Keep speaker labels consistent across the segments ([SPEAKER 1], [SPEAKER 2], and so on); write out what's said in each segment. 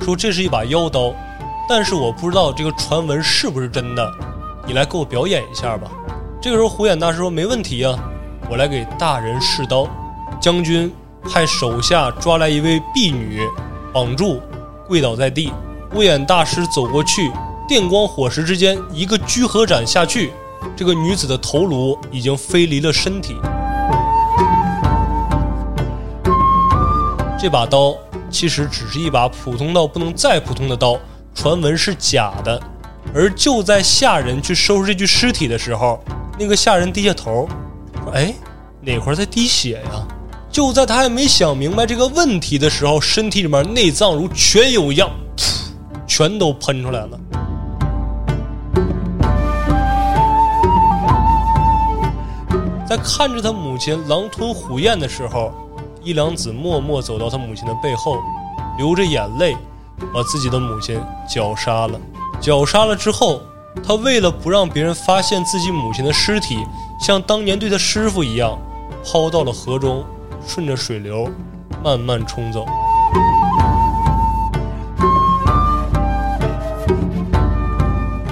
[SPEAKER 1] 说这是一把妖刀，但是我不知道这个传闻是不是真的，你来给我表演一下吧。这个时候虎眼大师说没问题呀、我来给大人试刀。将军派手下抓来一位婢女，绑住，跪倒在地。乌眼大师走过去，电光火石之间，一个居合斩下去，这个女子的头颅已经飞离了身体。这把刀其实只是一把普通到不能再普通的刀，传闻是假的。而就在下人去收拾这具尸体的时候，那个下人低下头，说：“哎，哪块儿在滴血呀？”就在他还没想明白这个问题的时候，身体里面内脏如泉涌一样，噗全都喷出来了。在看着他母亲狼吞虎咽的时候，伊良子默默走到他母亲的背后，流着眼泪，把自己的母亲绞杀了。绞杀了之后，他为了不让别人发现自己母亲的尸体，像当年对他师傅一样，抛到了河中，顺着水流慢慢冲走。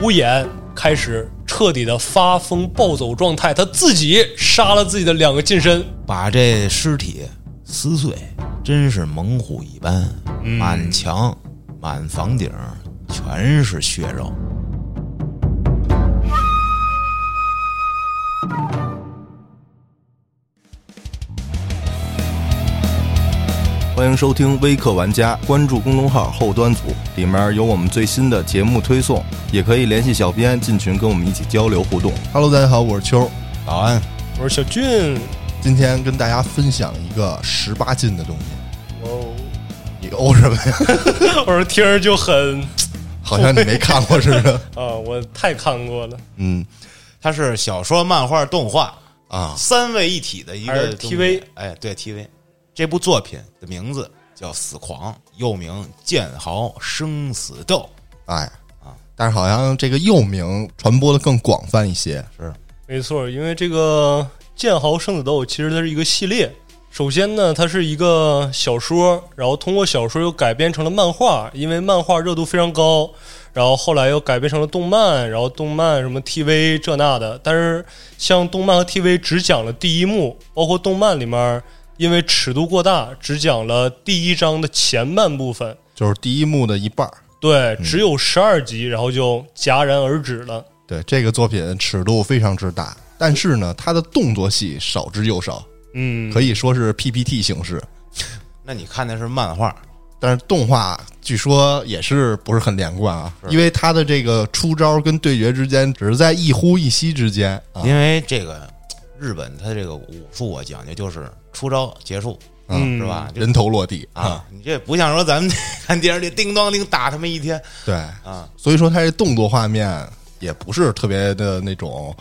[SPEAKER 1] 无眼开始彻底的发疯暴走状态，他自己杀了自己的两个近身。
[SPEAKER 2] 把这尸体撕碎，真是猛虎一般，
[SPEAKER 3] 嗯
[SPEAKER 2] 满墙、满房顶全是血肉。
[SPEAKER 4] 欢迎收听微课玩家，关注公众号后端组，里面有我们最新的节目推送，也可以联系小编进群跟我们一起交流互动。
[SPEAKER 5] Hello，大家好，我是秋。
[SPEAKER 2] 保安，
[SPEAKER 1] 我说小俊，
[SPEAKER 5] 今天跟大家分享一个十八禁的东西，
[SPEAKER 1] 哦，
[SPEAKER 5] 你欧什么呀？
[SPEAKER 1] 我说听着就很
[SPEAKER 5] 好像你没看过似的。
[SPEAKER 1] 啊，我太看过了，
[SPEAKER 5] 嗯，
[SPEAKER 3] 它是小说、漫画、动画
[SPEAKER 5] 啊
[SPEAKER 3] 三位一体的一个东西
[SPEAKER 1] TV
[SPEAKER 3] 哎，对 TV 这部作品的名字叫《死狂》，又名《剑豪生死斗
[SPEAKER 5] 哎但是好像这个幼名传播的更广泛一些。
[SPEAKER 1] 没错，因为这个《剑豪生死斗》其实它是一个系列。首先呢，它是一个小说，然后通过小说又改编成了漫画，因为漫画热度非常高，然后后来又改编成了动漫，然后动漫什么 TV 这那的。但是像动漫和 TV 只讲了第一幕，包括动漫里面因为尺度过大，只讲了第一章的前半部分。
[SPEAKER 5] 就是第一幕的一半儿。
[SPEAKER 1] 对，只有十二集，然后就戛然而止了。
[SPEAKER 5] 对这个作品尺度非常之大，但是呢，它的动作戏少之又少，
[SPEAKER 1] 嗯，
[SPEAKER 5] 可以说是 PPT 形式。》。
[SPEAKER 3] 那你看的是漫画，
[SPEAKER 5] 但是动画据说也是不是很连贯啊，因为它的这个出招跟对决之间只是在一呼一吸之间啊。
[SPEAKER 3] 因为这个日本它这个武术啊讲究就是出招结束，
[SPEAKER 1] 嗯
[SPEAKER 3] 是吧？就
[SPEAKER 5] 人头落地
[SPEAKER 3] 啊，你这不像说咱们 看电视里叮当叮打他们一天，
[SPEAKER 5] 对
[SPEAKER 3] 啊，
[SPEAKER 5] 所以说它这动作画面也不是特别的那种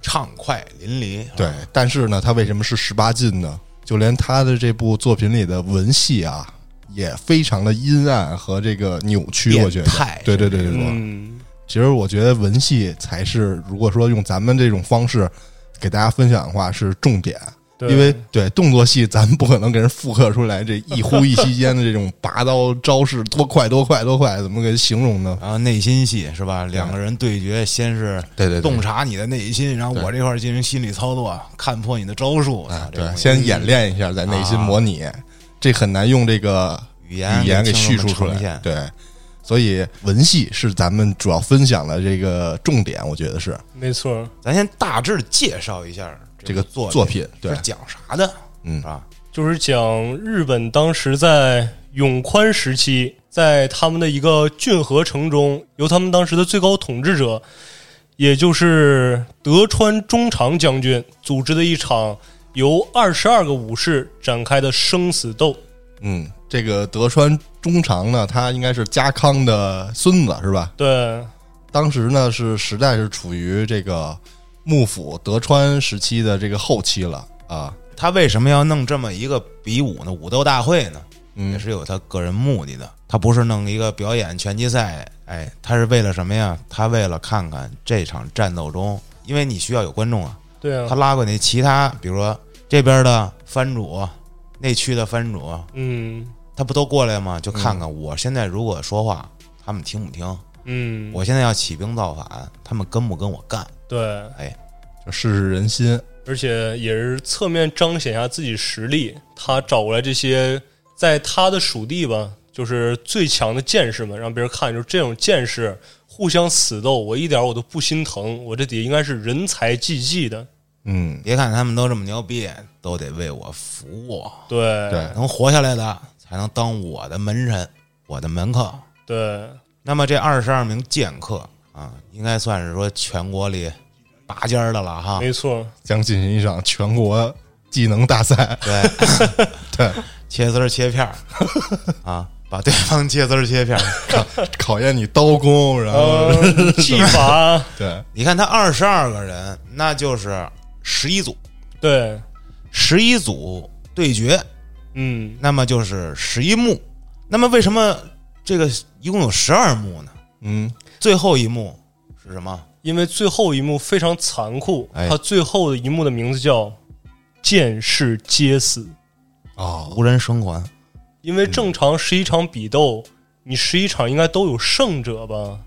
[SPEAKER 3] 畅快淋漓。
[SPEAKER 5] 对，但是呢，它为什么是十八禁呢？就连他的这部作品里的文戏啊，也非常的阴暗和这个扭曲，
[SPEAKER 3] 变态
[SPEAKER 5] 我觉得
[SPEAKER 3] 是吧，
[SPEAKER 5] 对对对对对。
[SPEAKER 1] 嗯，
[SPEAKER 5] 其实我觉得文戏才是，如果说用咱们这种方式给大家分享的话，是重点。
[SPEAKER 1] 对
[SPEAKER 5] 因为对动作戏，咱们不可能给人复刻出来这一呼一吸间的这种拔刀招式多快多快多快，怎么给形容呢？
[SPEAKER 3] 然后内心戏是吧？两个人对决，先是
[SPEAKER 5] 对对对啊
[SPEAKER 3] 洞察你的内心，然后我这块儿进行心理操作，看破你的招数。我操这
[SPEAKER 5] 对，
[SPEAKER 3] 东西
[SPEAKER 5] 先演练一下，在内心模拟，这很难用这个
[SPEAKER 3] 啊语言
[SPEAKER 5] 语言给
[SPEAKER 3] 给
[SPEAKER 5] 叙
[SPEAKER 3] 轻松
[SPEAKER 5] 述
[SPEAKER 3] 地
[SPEAKER 5] 出
[SPEAKER 3] 呈
[SPEAKER 5] 来。
[SPEAKER 3] 现
[SPEAKER 5] 对，所以文戏是咱们主要分享的这个重点，我觉得是
[SPEAKER 1] 没错，
[SPEAKER 3] 咱先大致介绍一下
[SPEAKER 5] 这
[SPEAKER 3] 个
[SPEAKER 5] 个
[SPEAKER 3] 作
[SPEAKER 5] 作品对
[SPEAKER 3] 是讲啥的，
[SPEAKER 5] 嗯
[SPEAKER 3] 是吧？
[SPEAKER 1] 就是讲日本当时在永宽时期，在他们的一个郡河城中，由他们当时的最高统治者，也就是德川忠长将军组织的一场由二十二个武士展开的生死斗。
[SPEAKER 5] 嗯，这个德川忠长呢，他应该是家康的孙子是吧？
[SPEAKER 1] 对，
[SPEAKER 5] 当时呢是时代是处于这个幕府德川时期的这个后期了啊，
[SPEAKER 3] 他为什么要弄这么一个比武呢？武斗大会呢？
[SPEAKER 5] 嗯
[SPEAKER 3] 也是有他个人目的的。他不是弄一个表演拳击赛，哎，他是为了什么呀？他为了看看这场战斗中，因为你需要有观众啊。
[SPEAKER 1] 对
[SPEAKER 3] 他
[SPEAKER 1] 啊，
[SPEAKER 3] 拉过你其他，比如说这边的藩主，那区的藩主，
[SPEAKER 1] 嗯，
[SPEAKER 3] 他不都过来吗？就看看我现在如果说话，他们听不听？
[SPEAKER 1] 嗯，
[SPEAKER 3] 我现在要起兵造反，他们跟不跟我干？
[SPEAKER 1] 对，
[SPEAKER 5] 就试试人心。
[SPEAKER 1] 而且也是侧面彰显一下自己实力。他找过来这些在他的属地吧，就是最强的剑士们，让别人看就是这种剑士互相死斗，我一点我都不心疼。我这底下应该是人才济济的，
[SPEAKER 5] 嗯，
[SPEAKER 3] 别看他们都这么牛逼，都得为我服务，
[SPEAKER 1] 对
[SPEAKER 5] 对，
[SPEAKER 3] 呃能活下来的才能当我的门神，我的门客。
[SPEAKER 1] 对
[SPEAKER 3] 那么这二十二名剑客啊，应该算是说全国里拔尖儿的了哈。
[SPEAKER 1] 没错，
[SPEAKER 5] 将进行一场全国技能大赛。
[SPEAKER 3] 对，
[SPEAKER 5] 对，
[SPEAKER 3] 切丝儿切片儿啊， 把对方切丝儿切片儿。
[SPEAKER 5] 考验你刀工，然后、
[SPEAKER 1] 呃，技法，
[SPEAKER 5] 对，
[SPEAKER 3] 你看他二十二个人，那就是十一组，
[SPEAKER 1] 对，
[SPEAKER 3] 十一组对决，
[SPEAKER 1] 嗯，
[SPEAKER 3] 那么就是十一幕。那么为什么这个一共有十二幕呢？
[SPEAKER 5] 嗯，
[SPEAKER 3] 最后一幕是什么？
[SPEAKER 1] 因为最后一幕非常残酷，
[SPEAKER 3] 哎
[SPEAKER 1] 他最后的一幕的名字叫“剑士皆死”。
[SPEAKER 5] 哦，
[SPEAKER 3] 无人生还。
[SPEAKER 1] 因
[SPEAKER 5] 嗯
[SPEAKER 1] 为正常十一场比斗，你十一场应该都有胜者吧？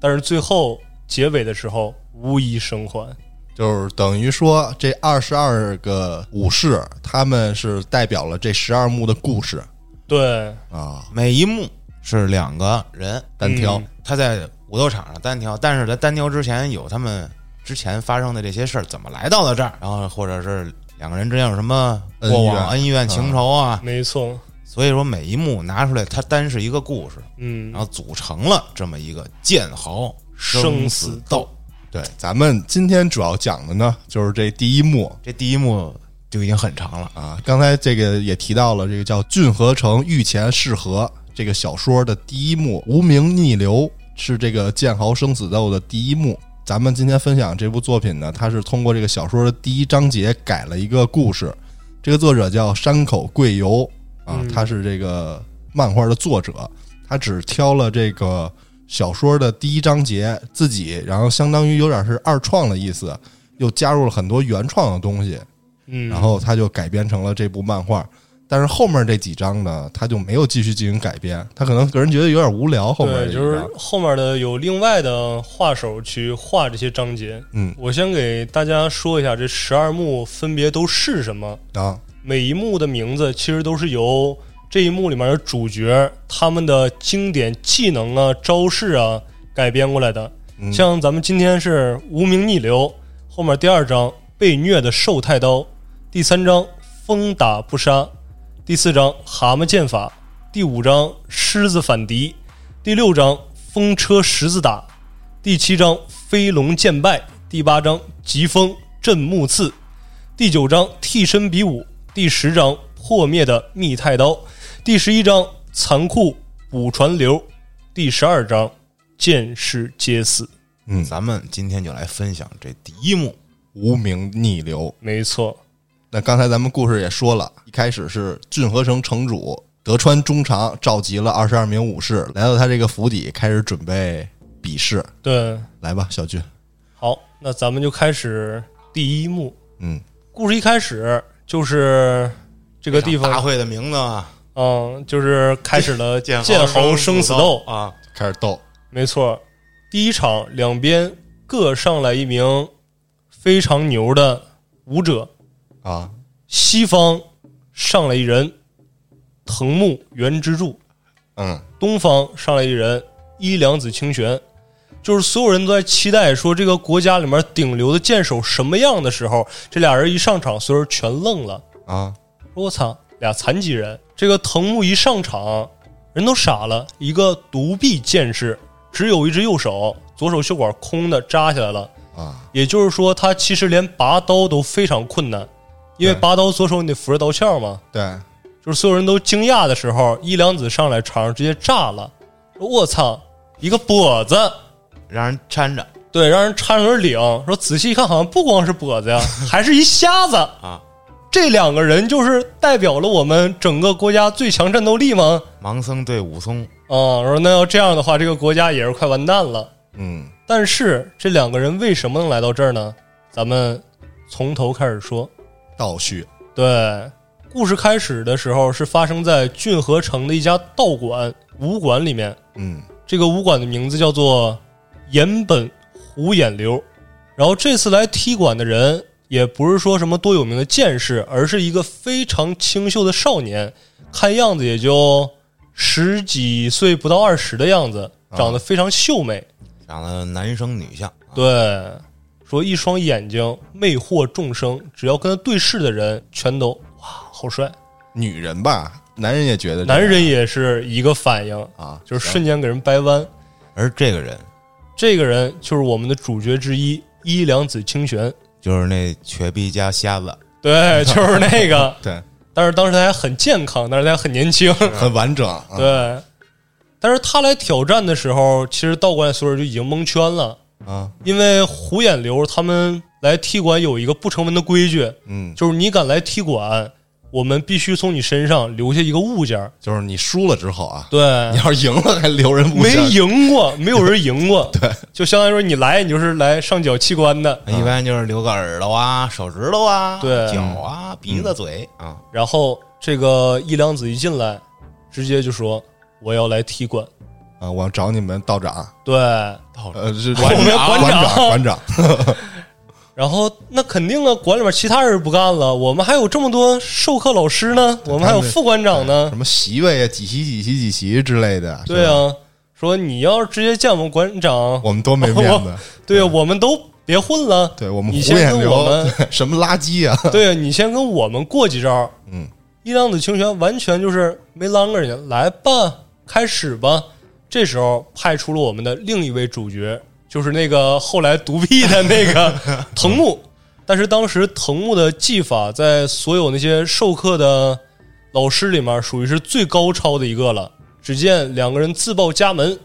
[SPEAKER 1] 但是最后结尾的时候无一生还。
[SPEAKER 5] 就是等于说这二十二个武士，他们是代表了这十二幕的故事
[SPEAKER 1] 对，
[SPEAKER 5] 啊，
[SPEAKER 3] 每一幕是两个人，
[SPEAKER 5] 单挑。
[SPEAKER 1] 嗯
[SPEAKER 3] 他在武斗场上单挑，但是在单挑之前有他们之前发生的这些事儿，怎么来到了这儿，然后或者是两个人之间有什么过往恩怨情仇啊，
[SPEAKER 1] 没错，
[SPEAKER 3] 所以说每一幕拿出来，它单是一个故事，
[SPEAKER 1] 嗯
[SPEAKER 3] 然，后组成了这么一个剑豪
[SPEAKER 1] 生
[SPEAKER 3] 死
[SPEAKER 1] 死
[SPEAKER 3] 斗。
[SPEAKER 5] 对，咱们今天主要讲的呢，就是这第一幕
[SPEAKER 3] 这第一幕就已经很长了，
[SPEAKER 5] 啊。刚才这个也提到了，这个叫《郡河城御前适合》这个小说的第一幕，《无名逆流》是这个剑豪生死斗的第一幕。咱们今天分享这部作品呢，它是通过这个小说的第一章节改了一个故事。这个作者叫山口贵由啊，他是这个漫画的作者，他只挑了这个小说的第一章节自己，然后相当于有点是二创的意思，又加入了很多原创的东西。
[SPEAKER 1] 嗯，
[SPEAKER 5] 然后他就改编成了这部漫画。但是后面这几章呢，他就没有继续进行改编，他可能个人觉得有点无聊。后面这
[SPEAKER 1] 对，
[SPEAKER 5] 几
[SPEAKER 1] 就是
[SPEAKER 5] 章
[SPEAKER 1] 后面的有另外的画手去画这些章节。
[SPEAKER 5] 嗯
[SPEAKER 1] 我先给大家说一下这十二幕分别都是什么。
[SPEAKER 5] 啊，
[SPEAKER 1] 每一幕的名字其实都是由这一幕里面的主角他们的经典技能啊、招式啊改编过来的。
[SPEAKER 5] 嗯
[SPEAKER 1] 像咱们今天是无名逆流，后面第二章被虐的受太刀，第三章风打不杀，第四章蛤蟆剑法，第五章狮子反敌，第六章风车十字打，第七章飞龙剑败，第八章疾风震木刺，第九章替身比武，第十章破灭的密太刀，第十一章残酷捕船流，第十二章剑士皆死。
[SPEAKER 5] 嗯，
[SPEAKER 3] 咱们今天就来分享这第一幕。
[SPEAKER 5] 无名逆流。
[SPEAKER 1] 没错，
[SPEAKER 5] 那刚才咱们故事也说了，一开始是郡河城城主德川忠长召集了二十二名武士，来到他这个府邸，开始准备比试。
[SPEAKER 1] 对，
[SPEAKER 5] 来吧，小俊，
[SPEAKER 1] 好，那咱们就开始第一幕。
[SPEAKER 5] 嗯，
[SPEAKER 1] 故事一开始就是这个地
[SPEAKER 3] 大
[SPEAKER 1] 方，
[SPEAKER 3] 会的名字啊，
[SPEAKER 1] 嗯，就是开始了剑
[SPEAKER 3] 豪
[SPEAKER 1] 豪生死斗。
[SPEAKER 3] 啊，
[SPEAKER 5] 开始斗。
[SPEAKER 1] 没错，第一场两边各上来一名非常牛的舞者，
[SPEAKER 5] 啊，
[SPEAKER 1] 西方上来一人藤木原之助，
[SPEAKER 5] 嗯，
[SPEAKER 1] 东方上来一人伊良子清玄，就是所有人都在期待说这个国家里面顶流的剑手什么样的时候，这俩人一上场，所有人全愣了。
[SPEAKER 5] 啊，
[SPEAKER 1] 我操，俩残疾人！这个藤木一上场，人都傻了。一个独臂剑士，只有一只右手，左手血管空的扎起来了。
[SPEAKER 5] 啊，
[SPEAKER 1] 也就是说，他其实连拔刀都非常困难，因为
[SPEAKER 5] 对
[SPEAKER 1] 拔刀左手你得扶着刀鞘嘛。
[SPEAKER 5] 对，
[SPEAKER 1] 就是所有人都惊讶的时候，伊良子上来场上直接炸了。我操，一个跛子！
[SPEAKER 3] 让人搀着
[SPEAKER 1] 对，让人插上根领，说仔细一看，好像不光是跛子呀，还是一瞎子
[SPEAKER 3] 啊！
[SPEAKER 1] 这两个人就是代表了我们整个国家最强战斗力吗？
[SPEAKER 3] 盲僧对武松，
[SPEAKER 1] 啊、说那要这样的话，这个国家也是快完蛋了。
[SPEAKER 5] 嗯，
[SPEAKER 1] 但是这两个人为什么能来到这儿呢？咱们从头开始说。
[SPEAKER 5] 倒叙。
[SPEAKER 1] 对，故事开始的时候是发生在骏河城的一家道馆武馆里面，
[SPEAKER 5] 嗯，
[SPEAKER 1] 这个武馆的名字叫做岩本虎眼流。然后这次来踢馆的人也不是说什么多有名的剑士，而是一个非常清秀的少年，看样子也就十几岁不到二十的样子，长得非常秀美。
[SPEAKER 2] 长得男生女相，
[SPEAKER 1] 对，说一双眼睛魅惑众生，只要跟他对视的人全都哇，好帅。
[SPEAKER 5] 女人吧，男人也觉得这样
[SPEAKER 1] 男人也是一个反应，
[SPEAKER 5] 啊，。
[SPEAKER 1] 就是瞬间给人掰弯。
[SPEAKER 2] 而这个人
[SPEAKER 1] 这个人就是我们的主角之一伊良子清玄，
[SPEAKER 3] 就是那瘸逼加瞎
[SPEAKER 1] 啊
[SPEAKER 3] 子，
[SPEAKER 1] 对，就是那个
[SPEAKER 5] 对，
[SPEAKER 1] 但是当时他还很健康，但是他还很年轻，
[SPEAKER 5] 很完整。啊
[SPEAKER 1] 对。但是他来挑战的时候，其实道馆所有人就已经蒙圈了，
[SPEAKER 5] 啊，
[SPEAKER 1] 因为虎眼流他们来踢馆有一个不成文的规矩，
[SPEAKER 5] 嗯，
[SPEAKER 1] 就是你敢来踢馆，我们必须从你身上留下一个物件儿。
[SPEAKER 5] 就是你输了之后啊，
[SPEAKER 1] 对
[SPEAKER 5] 你，要是赢了还留人不
[SPEAKER 1] 没
[SPEAKER 5] 下
[SPEAKER 1] 赢过，没有人赢 过。对，就相当于说你来，你就是来上缴器官的。
[SPEAKER 3] 一般就是留个耳朵啊、手指头啊、
[SPEAKER 1] 对嗯
[SPEAKER 3] 脚啊、鼻子、嘴啊，
[SPEAKER 1] 然后这个一良子一进来，直接就说我要来踢馆。
[SPEAKER 5] 啊，我要找你们道长，
[SPEAKER 1] 对，嗯
[SPEAKER 5] 呃，是
[SPEAKER 1] 我们
[SPEAKER 5] 馆
[SPEAKER 1] 馆
[SPEAKER 5] 长，
[SPEAKER 1] 长
[SPEAKER 5] 馆长，
[SPEAKER 1] 然后那肯定啊，馆里面其他人不干了，我们还有这么多授课老师呢，我们还有副馆长呢
[SPEAKER 5] 什。么席位啊，几席几席几席之类的，
[SPEAKER 1] 对啊，说你要是直接见我们馆长，
[SPEAKER 5] 我们多没面子，
[SPEAKER 1] 对啊，我们都别混了。
[SPEAKER 5] 对我们
[SPEAKER 1] 你
[SPEAKER 5] 胡
[SPEAKER 1] 先
[SPEAKER 5] 眼
[SPEAKER 1] 跟我
[SPEAKER 5] 流
[SPEAKER 1] 们，
[SPEAKER 5] 对 什么垃圾啊，
[SPEAKER 1] 对啊，你先跟我们过几招。
[SPEAKER 5] 嗯，
[SPEAKER 1] 一良子清泉完全就是没啷个人家，来吧，开始吧。这时候派出了我们的另一位主角，就是那个后来独臂的那个藤木。但是当时藤木的技法在所有那些授课的老师里面，属于是最高超的一个了。只见两个人自报家门，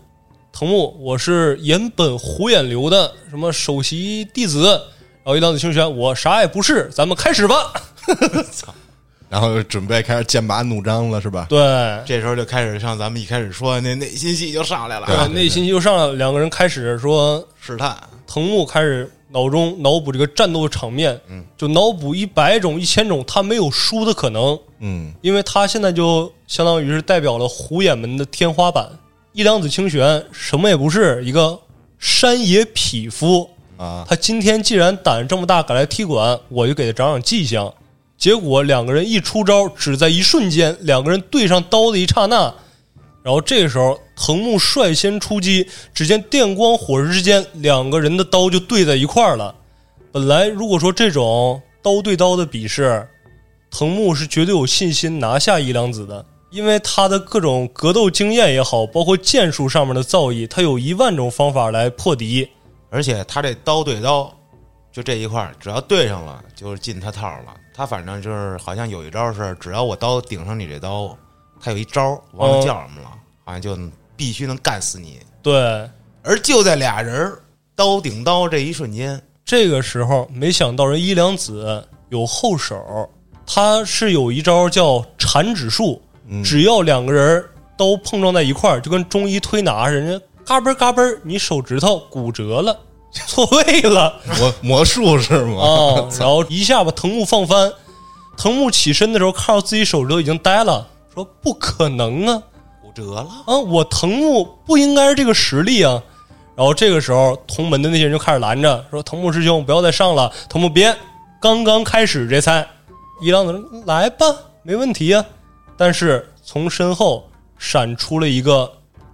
[SPEAKER 1] 藤木，我是岩本虎眼流的什么首席弟子，然后一良子清泉，我啥也不是，咱们开始吧。
[SPEAKER 5] 然后准备开始剑拔弩张了，是吧？
[SPEAKER 1] 对，
[SPEAKER 3] 这时候就开始像咱们一开始说的那 内心戏就上来了
[SPEAKER 1] 对，
[SPEAKER 3] 啊，
[SPEAKER 1] 内心就上来了。两个人开始说，
[SPEAKER 3] 试探。
[SPEAKER 1] 藤木开始脑中脑补这个战斗场面，嗯，就脑补一百种、一千种他没有输的可能，
[SPEAKER 5] 嗯，
[SPEAKER 1] 因为他现在就相当于是代表了虎眼门的天花板。一良子清玄什么也不是，一个山野匹夫
[SPEAKER 5] 啊。
[SPEAKER 1] 他今天既然胆这么大，敢来踢馆，我就给他长长迹象。结果两个人一出招，只在一瞬间，两个人对上刀的一刹那，然后这时候藤木率先出击，只见电光火石之间，两个人的刀就对在一块儿了。本来如果说这种刀对刀的比试，藤木是绝对有信心拿下伊良子的，因为他的各种格斗经验也好，包括剑术上面的造诣，他有一万种方法来破敌。
[SPEAKER 3] 而且他这刀对刀，就这一块儿，只要对上了，就是进他套了。他反正就是好像有一招是，只要我刀顶上你这刀，他有一招忘
[SPEAKER 1] 哦
[SPEAKER 3] 了叫什么了，好像就必须能干死你。
[SPEAKER 1] 对，
[SPEAKER 3] 而就在俩人儿刀顶刀这一瞬间，
[SPEAKER 1] 这个时候，没想到人伊良子有后手，他是有一招叫缠指术，只要两个人都碰撞在一块儿，就跟中医推拿似的，人家嘎嘣儿嘎嘣儿，你手指头骨折了， 错位了
[SPEAKER 5] 魔魔术是吗？
[SPEAKER 1] 啊，然后一下把藤木放翻。藤木起身的时候，看到自己手指头已经呆了，说：“不可能啊！
[SPEAKER 3] 骨折了。
[SPEAKER 1] 啊，我藤木不应该是这个实力啊。然后这个时候，同门的那些人就开始拦着，说：“藤木师兄，不要再上了，藤木别，刚刚开始这才。”一郎子说来吧，没问题啊。但是从身后闪出了一个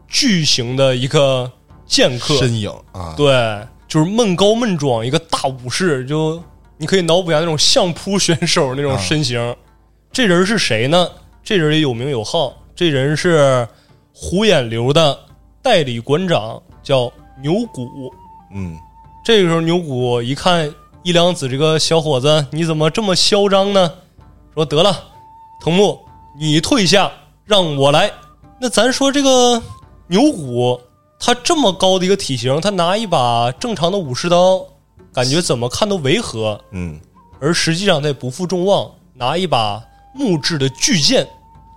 [SPEAKER 1] 巨型的一个剑客，
[SPEAKER 5] 身影啊，
[SPEAKER 1] 对，就是闷高闷壮一个大武士，就你可以脑补一下那种相扑选手那种身形。这人是谁呢？这人也有名有号，这人是虎眼流的代理馆长，叫牛谷。
[SPEAKER 5] 嗯，
[SPEAKER 1] 这个时候，牛谷一看一良子这个小伙子，你怎么这么嚣张呢？说得了，藤木，你退下，让我来。那咱说这个牛谷，他这么高的一个体型，他拿一把正常的武士刀，感觉怎么看都违和。
[SPEAKER 5] 嗯，
[SPEAKER 1] 而实际上他也不负众望，拿一把木质的巨剑，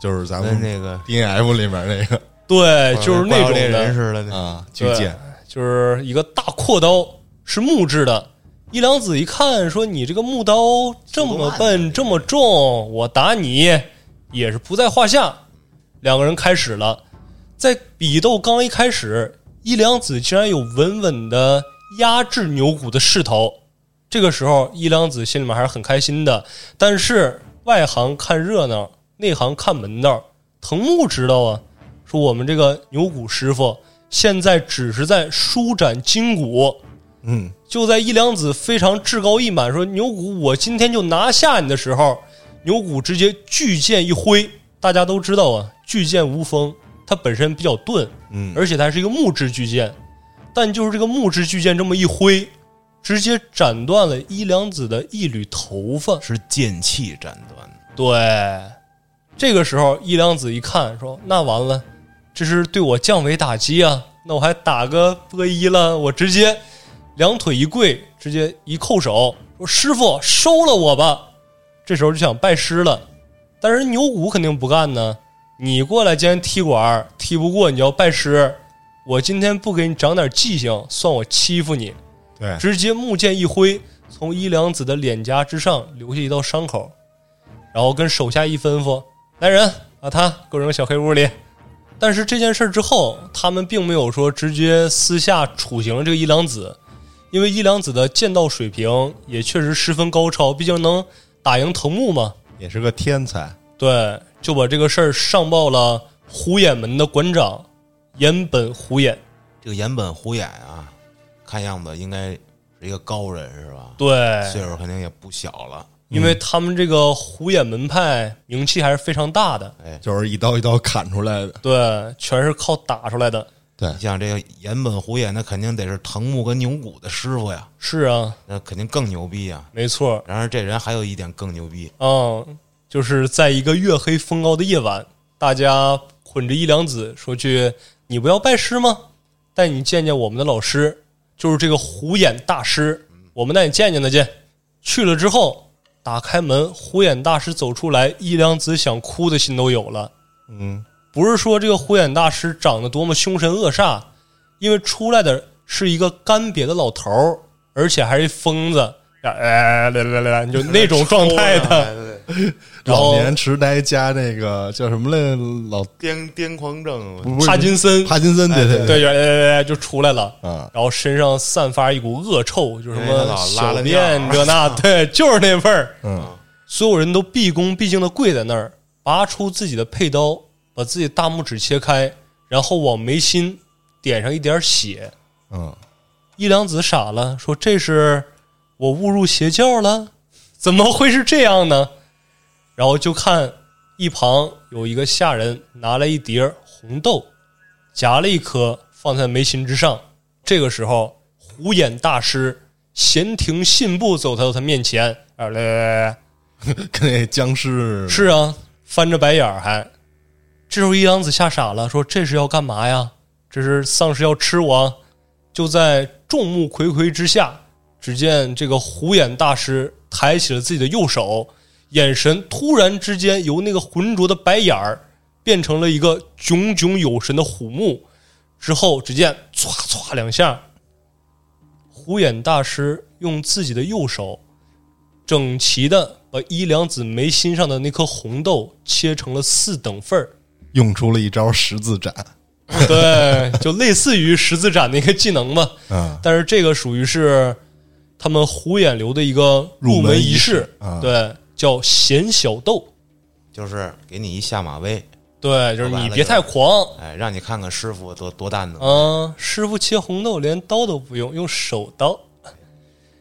[SPEAKER 5] 就是咱
[SPEAKER 3] 跟
[SPEAKER 5] 们
[SPEAKER 3] 那个
[SPEAKER 5] D N F 里面那个
[SPEAKER 1] 对，嗯哎就是那
[SPEAKER 3] 哎怪物猎
[SPEAKER 1] 种
[SPEAKER 3] 人
[SPEAKER 1] 的，嗯
[SPEAKER 3] 似的那，
[SPEAKER 5] 啊，巨
[SPEAKER 1] 对
[SPEAKER 5] 剑，
[SPEAKER 1] 就是一个大阔刀，是木质的，一良子一看说：“你这个木刀这么笨，这么重，我打你也是不在话下。”两个人开始了，在比斗刚一开始，一良子竟然有稳稳的压制牛骨的势头。这个时候，一良子心里面还是很开心的。但是外行看热闹，内行看门道。藤木知道啊，说我们这个牛骨师傅现在只是在舒展筋骨。
[SPEAKER 5] 嗯，
[SPEAKER 1] 就在一良子非常志高意满说牛骨我今天就拿下你的时候，牛骨直接巨剑一挥，大家都知道啊，巨剑无锋，它本身比较钝，
[SPEAKER 5] 嗯
[SPEAKER 1] 而且它是一个木质巨剑，但就是这个木质巨剑这么一挥，直接斩断了一良子的一缕头发。
[SPEAKER 3] 是剑气斩断的，
[SPEAKER 1] 对，这个时候一良子一看说：“那完了，这是对我降维打击啊！那我还打个波一了，我直接两腿一跪，直接一叩首说：‘师傅，收了我吧！’这时候就想拜师了，但是牛骨肯定不干呢。你过来今天踢馆儿，踢不过你要拜师，我今天不给你长点记性，算我欺负你。
[SPEAKER 5] 对，
[SPEAKER 1] 直接木剑一挥，从伊良子的脸颊之上留下一道伤口，然后跟手下一吩咐：“来人，把他给我扔小黑屋里。”但是这件事之后，他们并没有说直接私下处刑这个伊良子，因为伊良子的剑道水平也确实十分高超，毕竟能打赢藤木嘛。
[SPEAKER 5] 也是个天才。
[SPEAKER 1] 对，就把这个事儿上报了虎眼门的馆长岩本虎眼。
[SPEAKER 3] 这个岩本虎眼啊，看样子应该是一个高人是吧？
[SPEAKER 1] 对，
[SPEAKER 3] 岁数肯定也不小了。
[SPEAKER 1] 因为他们这个虎眼门派名气还是非常大的，
[SPEAKER 5] 就是一刀一刀砍出来的。
[SPEAKER 1] 对，全是靠打出来的。
[SPEAKER 3] 你像这个岩本虎眼，那肯定得是藤木跟牛骨的师傅呀，
[SPEAKER 1] 是啊，
[SPEAKER 3] 那肯定更牛逼呀。
[SPEAKER 1] 没错，
[SPEAKER 3] 然而这人还有一点更牛逼，
[SPEAKER 1] 嗯，就是在一个月黑风高的夜晚，大家捆着一良子说去，你不要拜师吗？带你见见我们的老师，就是这个虎眼大师，我们带你见见他去。去了之后，打开门，虎眼大师走出来，一良子想哭的心都有了。
[SPEAKER 5] 嗯，
[SPEAKER 1] 不是说这个虎眼大师长得多么凶神恶煞，因为出来的是一个干瘪的老头儿，而且还是一疯子，哎，来来来来，就那种状态的。然
[SPEAKER 5] 老
[SPEAKER 1] 后
[SPEAKER 5] 年痴呆加那个叫什么来，老
[SPEAKER 3] 癫癫狂症，
[SPEAKER 5] 不是
[SPEAKER 1] 帕金森，
[SPEAKER 5] 帕金森，对对
[SPEAKER 1] 对，来来来就出来了，
[SPEAKER 5] 啊，
[SPEAKER 1] 然后身上散发一股恶臭，
[SPEAKER 5] 哎
[SPEAKER 1] 就是什
[SPEAKER 3] 因为他
[SPEAKER 1] 么
[SPEAKER 3] 老拉
[SPEAKER 1] 小
[SPEAKER 3] 了尿
[SPEAKER 1] 便这 那，对，就是那味儿。
[SPEAKER 5] 嗯，
[SPEAKER 1] 所有人都毕恭毕敬的跪在那儿，拔出自己的佩刀，把自己大拇指切开，然后往眉心点上一点血。
[SPEAKER 5] 嗯，
[SPEAKER 1] 一良子傻了，说：“这是我误入邪教了？怎么会是这样呢？”然后就看一旁有一个下人拿来一碟红豆，夹了一颗放在眉心之上。这个时候，虎眼大师闲庭信步走到他面前，啊，来来来来，
[SPEAKER 5] 跟那僵尸
[SPEAKER 1] 是啊，翻着白眼儿还。这时候一阳子吓傻了，说：“这是要干嘛呀？这是丧尸要吃我！”啊就在众目睽睽之下，只见这个虎眼大师抬起了自己的右手，眼神突然之间由那个浑浊的白眼儿变成了一个炯炯有神的虎目。之后，只见唰唰两下，虎眼大师用自己的右手整齐的把伊良子眉心上的那颗红豆切成了四等份儿，
[SPEAKER 5] 用出了一招十字斩，
[SPEAKER 1] 对，啊就类似于十字斩的一个技能吧。
[SPEAKER 5] 嗯，
[SPEAKER 1] 但是这个属于是他们虎眼流的一个入门仪
[SPEAKER 5] 入
[SPEAKER 1] 式
[SPEAKER 5] 门仪式，啊
[SPEAKER 1] 对，叫咸小豆，
[SPEAKER 3] 就是给你一下马威，
[SPEAKER 1] 对，就是
[SPEAKER 3] 说白
[SPEAKER 1] 你
[SPEAKER 3] 了
[SPEAKER 1] 别
[SPEAKER 3] 就是
[SPEAKER 1] 太狂，
[SPEAKER 3] 哎，让你看看师傅多多大能。
[SPEAKER 1] 啊，师傅切红豆连刀都不用，用手刀。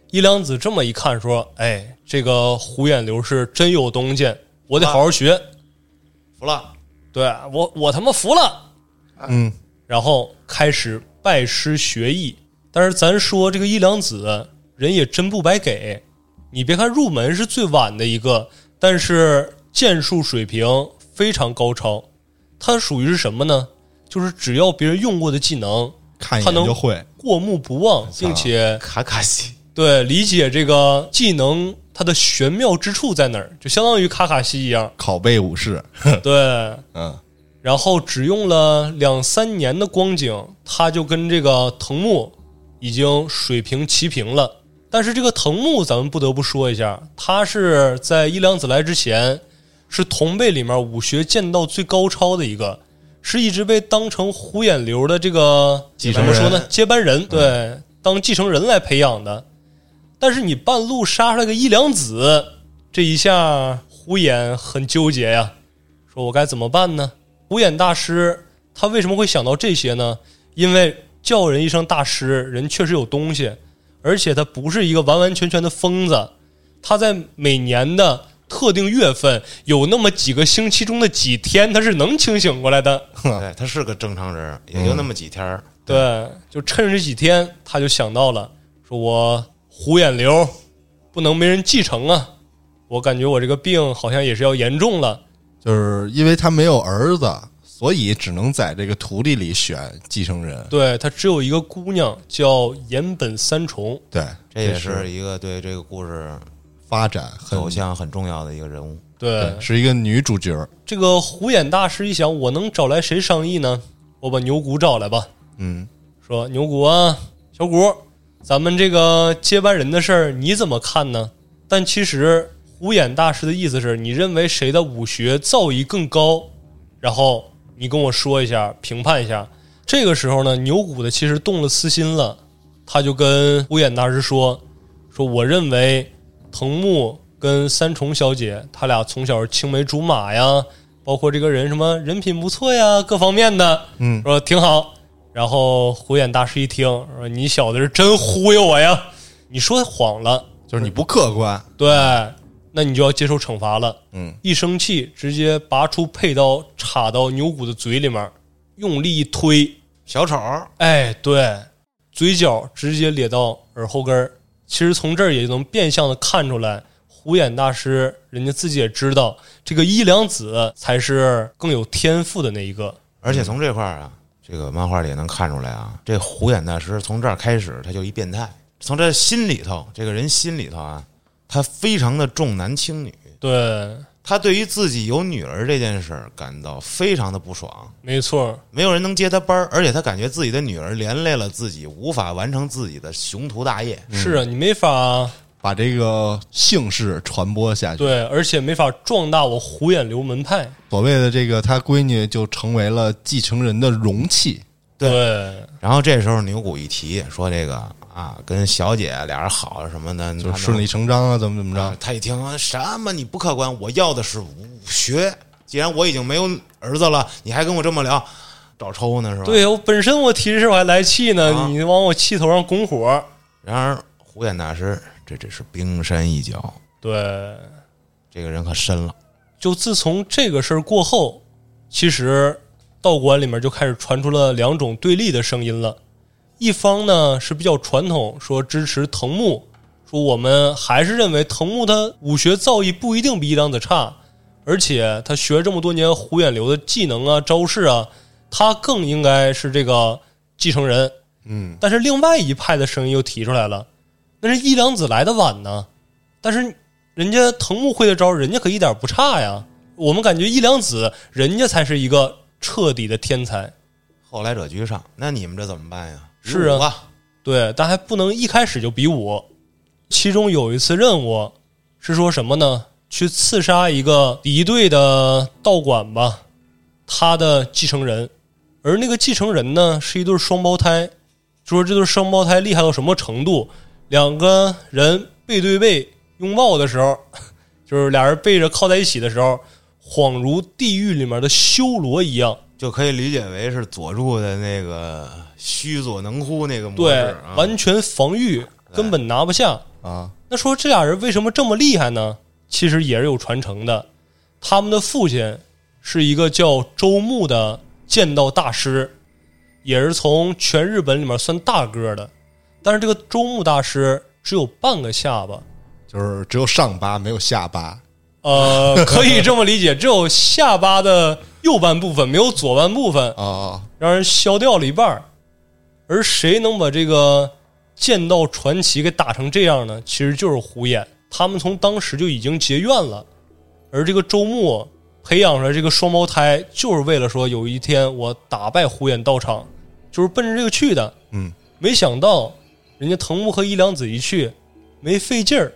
[SPEAKER 1] 一良子这么一看，说：“哎，这个虎眼流是真有东西，我得好好学。
[SPEAKER 3] 服了，
[SPEAKER 1] 对我，我他妈服了。”
[SPEAKER 5] 嗯，
[SPEAKER 1] 然后开始拜师学艺。但是咱说这个一良子人也真不白给，你别看入门是最晚的一个，但是剑术水平非常高超。他属于是什么呢？就是只要别人用过的技能，
[SPEAKER 5] 看一
[SPEAKER 1] 他
[SPEAKER 5] 眼
[SPEAKER 1] 能
[SPEAKER 5] 就会，。
[SPEAKER 1] 过目不忘，并且
[SPEAKER 3] 卡卡西，
[SPEAKER 1] 对理解这个技能它的玄妙之处在哪儿，就相当于卡卡西一样
[SPEAKER 5] 拷贝武士，
[SPEAKER 1] 对，
[SPEAKER 5] 嗯，
[SPEAKER 1] 然后只用了两三年的光景，他就跟这个藤木已经水平齐平了。但是这个藤木，咱们不得不说一下，他是在伊良子来之前，是同辈里面武学剑道最高超的一个，是一直被当成虎眼流的这个
[SPEAKER 2] 继
[SPEAKER 1] 怎
[SPEAKER 2] 承
[SPEAKER 1] 么
[SPEAKER 2] 人
[SPEAKER 1] 说呢？接班人，对，当继承人来培养的。但是你半路杀出来个伊良子，这一下虎眼很纠结呀、说我该怎么办呢？虎眼大师他为什么会想到这些呢？因为叫人一声大师，人确实有东西，而且他不是一个完完全全的疯子，他在每年的特定月份有那么几个星期中的几天，他是能清醒过来的。
[SPEAKER 3] 对，他是个正常人，也就那么几天儿。
[SPEAKER 1] 对，就趁着这几天，他就想到了，说我虎眼流不能没人继承啊，我感觉我这个病好像也是要严重了。
[SPEAKER 5] 就是因为他没有儿子，所以只能在这个徒弟里选继承人。
[SPEAKER 1] 对他只有一个姑娘叫岩本三重，
[SPEAKER 5] 对，
[SPEAKER 3] 这也是一个对这个故事
[SPEAKER 5] 发展很
[SPEAKER 3] 走向很重要的一个人物。
[SPEAKER 1] 对，
[SPEAKER 5] 对，是一个女主角。
[SPEAKER 1] 这个虎眼大师一想，我能找来谁商议呢？我把牛骨找来吧。
[SPEAKER 5] 嗯，
[SPEAKER 1] 说牛骨啊，小骨，咱们这个接班人的事儿你怎么看呢？但其实虎眼大师的意思是你认为谁的武学造诣更高，然后你跟我说一下，评判一下。这个时候呢，牛骨的其实动了私心了，他就跟虎眼大师说：“说我认为藤木跟三重小姐，他俩从小青梅竹马呀，包括这个人什么人品不错呀，各方面的，嗯，说挺好。然后虎眼大师一听，说你小子是真忽悠我呀，你说谎了，
[SPEAKER 5] 就是你不客观，
[SPEAKER 1] 对，那你就要接受惩罚了。
[SPEAKER 5] 嗯，
[SPEAKER 1] 一生气直接拔出佩刀插到牛骨的嘴里面，用力一推，
[SPEAKER 3] 小丑
[SPEAKER 1] 哎，对，嘴角直接咧到耳后根儿。其实从这儿也能变相的看出来，虎眼大师人家自己也知道，这个伊良子才是更有天赋的那一个。
[SPEAKER 3] 而且从这块儿啊，这个漫画里也能看出来啊，这虎眼大师从这儿开始他就一变态，从这心里头，这个人心里头啊，他非常的重男轻女，
[SPEAKER 1] 对，
[SPEAKER 3] 他对于自己有女儿这件事儿感到非常的不爽，
[SPEAKER 1] 没错，
[SPEAKER 3] 没有人能接他班儿，而且他感觉自己的女儿连累了自己，无法完成自己的雄图大业。
[SPEAKER 1] 是啊，你没法
[SPEAKER 5] 把这个姓氏传播下去。
[SPEAKER 1] 对，而且没法壮大我虎眼流门派。
[SPEAKER 5] 所谓的这个她闺女就成为了继承人的容器。
[SPEAKER 3] 对
[SPEAKER 1] 对，
[SPEAKER 3] 然后这时候牛骨一提说这个啊，跟小姐俩人好什么的，
[SPEAKER 5] 就是
[SPEAKER 3] 他
[SPEAKER 5] 顺理成章啊，怎么怎么
[SPEAKER 3] 啊
[SPEAKER 5] 着？
[SPEAKER 3] 他一听啊什么你不客观，我要的是武学。既然我已经没有儿子了，你还跟我这么聊，找抽呢是吧？。
[SPEAKER 1] 对呀，我本身我提这事儿我还来气呢，
[SPEAKER 3] 啊
[SPEAKER 1] 你往我气头上拱火。
[SPEAKER 3] 然而虎眼大师这只是冰山一角，
[SPEAKER 1] 对，
[SPEAKER 3] 这个人可深了。
[SPEAKER 1] 就自从这个事儿过后，其实道馆里面就开始传出了两种对立的声音了。一方呢是比较传统，说支持藤木，说我们还是认为藤木他武学造诣不一定比伊良子差，而且他学这么多年虎眼流的技能啊、招式啊，他更应该是这个继承人。
[SPEAKER 5] 嗯，
[SPEAKER 1] 但是另外一派的声音又提出来了，那是伊良子来的晚呢，但是人家藤木会的招，人家可一点不差呀。我们感觉伊良子人家才是一个彻底的天才，
[SPEAKER 3] 后来者居上，那你们这怎么办呀？
[SPEAKER 1] 是啊
[SPEAKER 3] 比武啊，
[SPEAKER 1] 对，但还不能一开始就比武。其中有一次任务是说什么呢？去刺杀一个敌对的道馆吧，他的继承人，而那个继承人呢是一对双胞胎。就说这对双胞胎厉害到什么程度？两个人背对背拥抱的时候， 就是俩人背着靠在一起的时候，恍如地狱里面的修罗一样。
[SPEAKER 3] 就可以理解为是佐助的那个须佐能乎那个模式
[SPEAKER 1] 对
[SPEAKER 3] 啊，。哎
[SPEAKER 1] 完全防御，根本拿不下
[SPEAKER 5] 啊。
[SPEAKER 1] 那说这俩人为什么这么厉害呢？其实也是有传承的，他们的父亲是一个叫周穆的剑道大师，也是从全日本里面算大个的。但是这个周穆大师只有半个下巴，
[SPEAKER 5] 就是只有上巴没有下巴。
[SPEAKER 1] 呃， 可以这么理解，只有下巴的右半部分，没有左半部分。
[SPEAKER 5] 哦，
[SPEAKER 1] 让人削掉了一半儿。而谁能把这个剑道传奇给打成这样呢？其实就是虎眼，他们从当时就已经结怨了。而这个周末培养出来这个双胞胎，就是为了说有一天我打败虎眼道场，就是奔着这个去的。
[SPEAKER 5] 嗯，
[SPEAKER 1] 没想到人家藤木和伊良子一去，没费劲儿，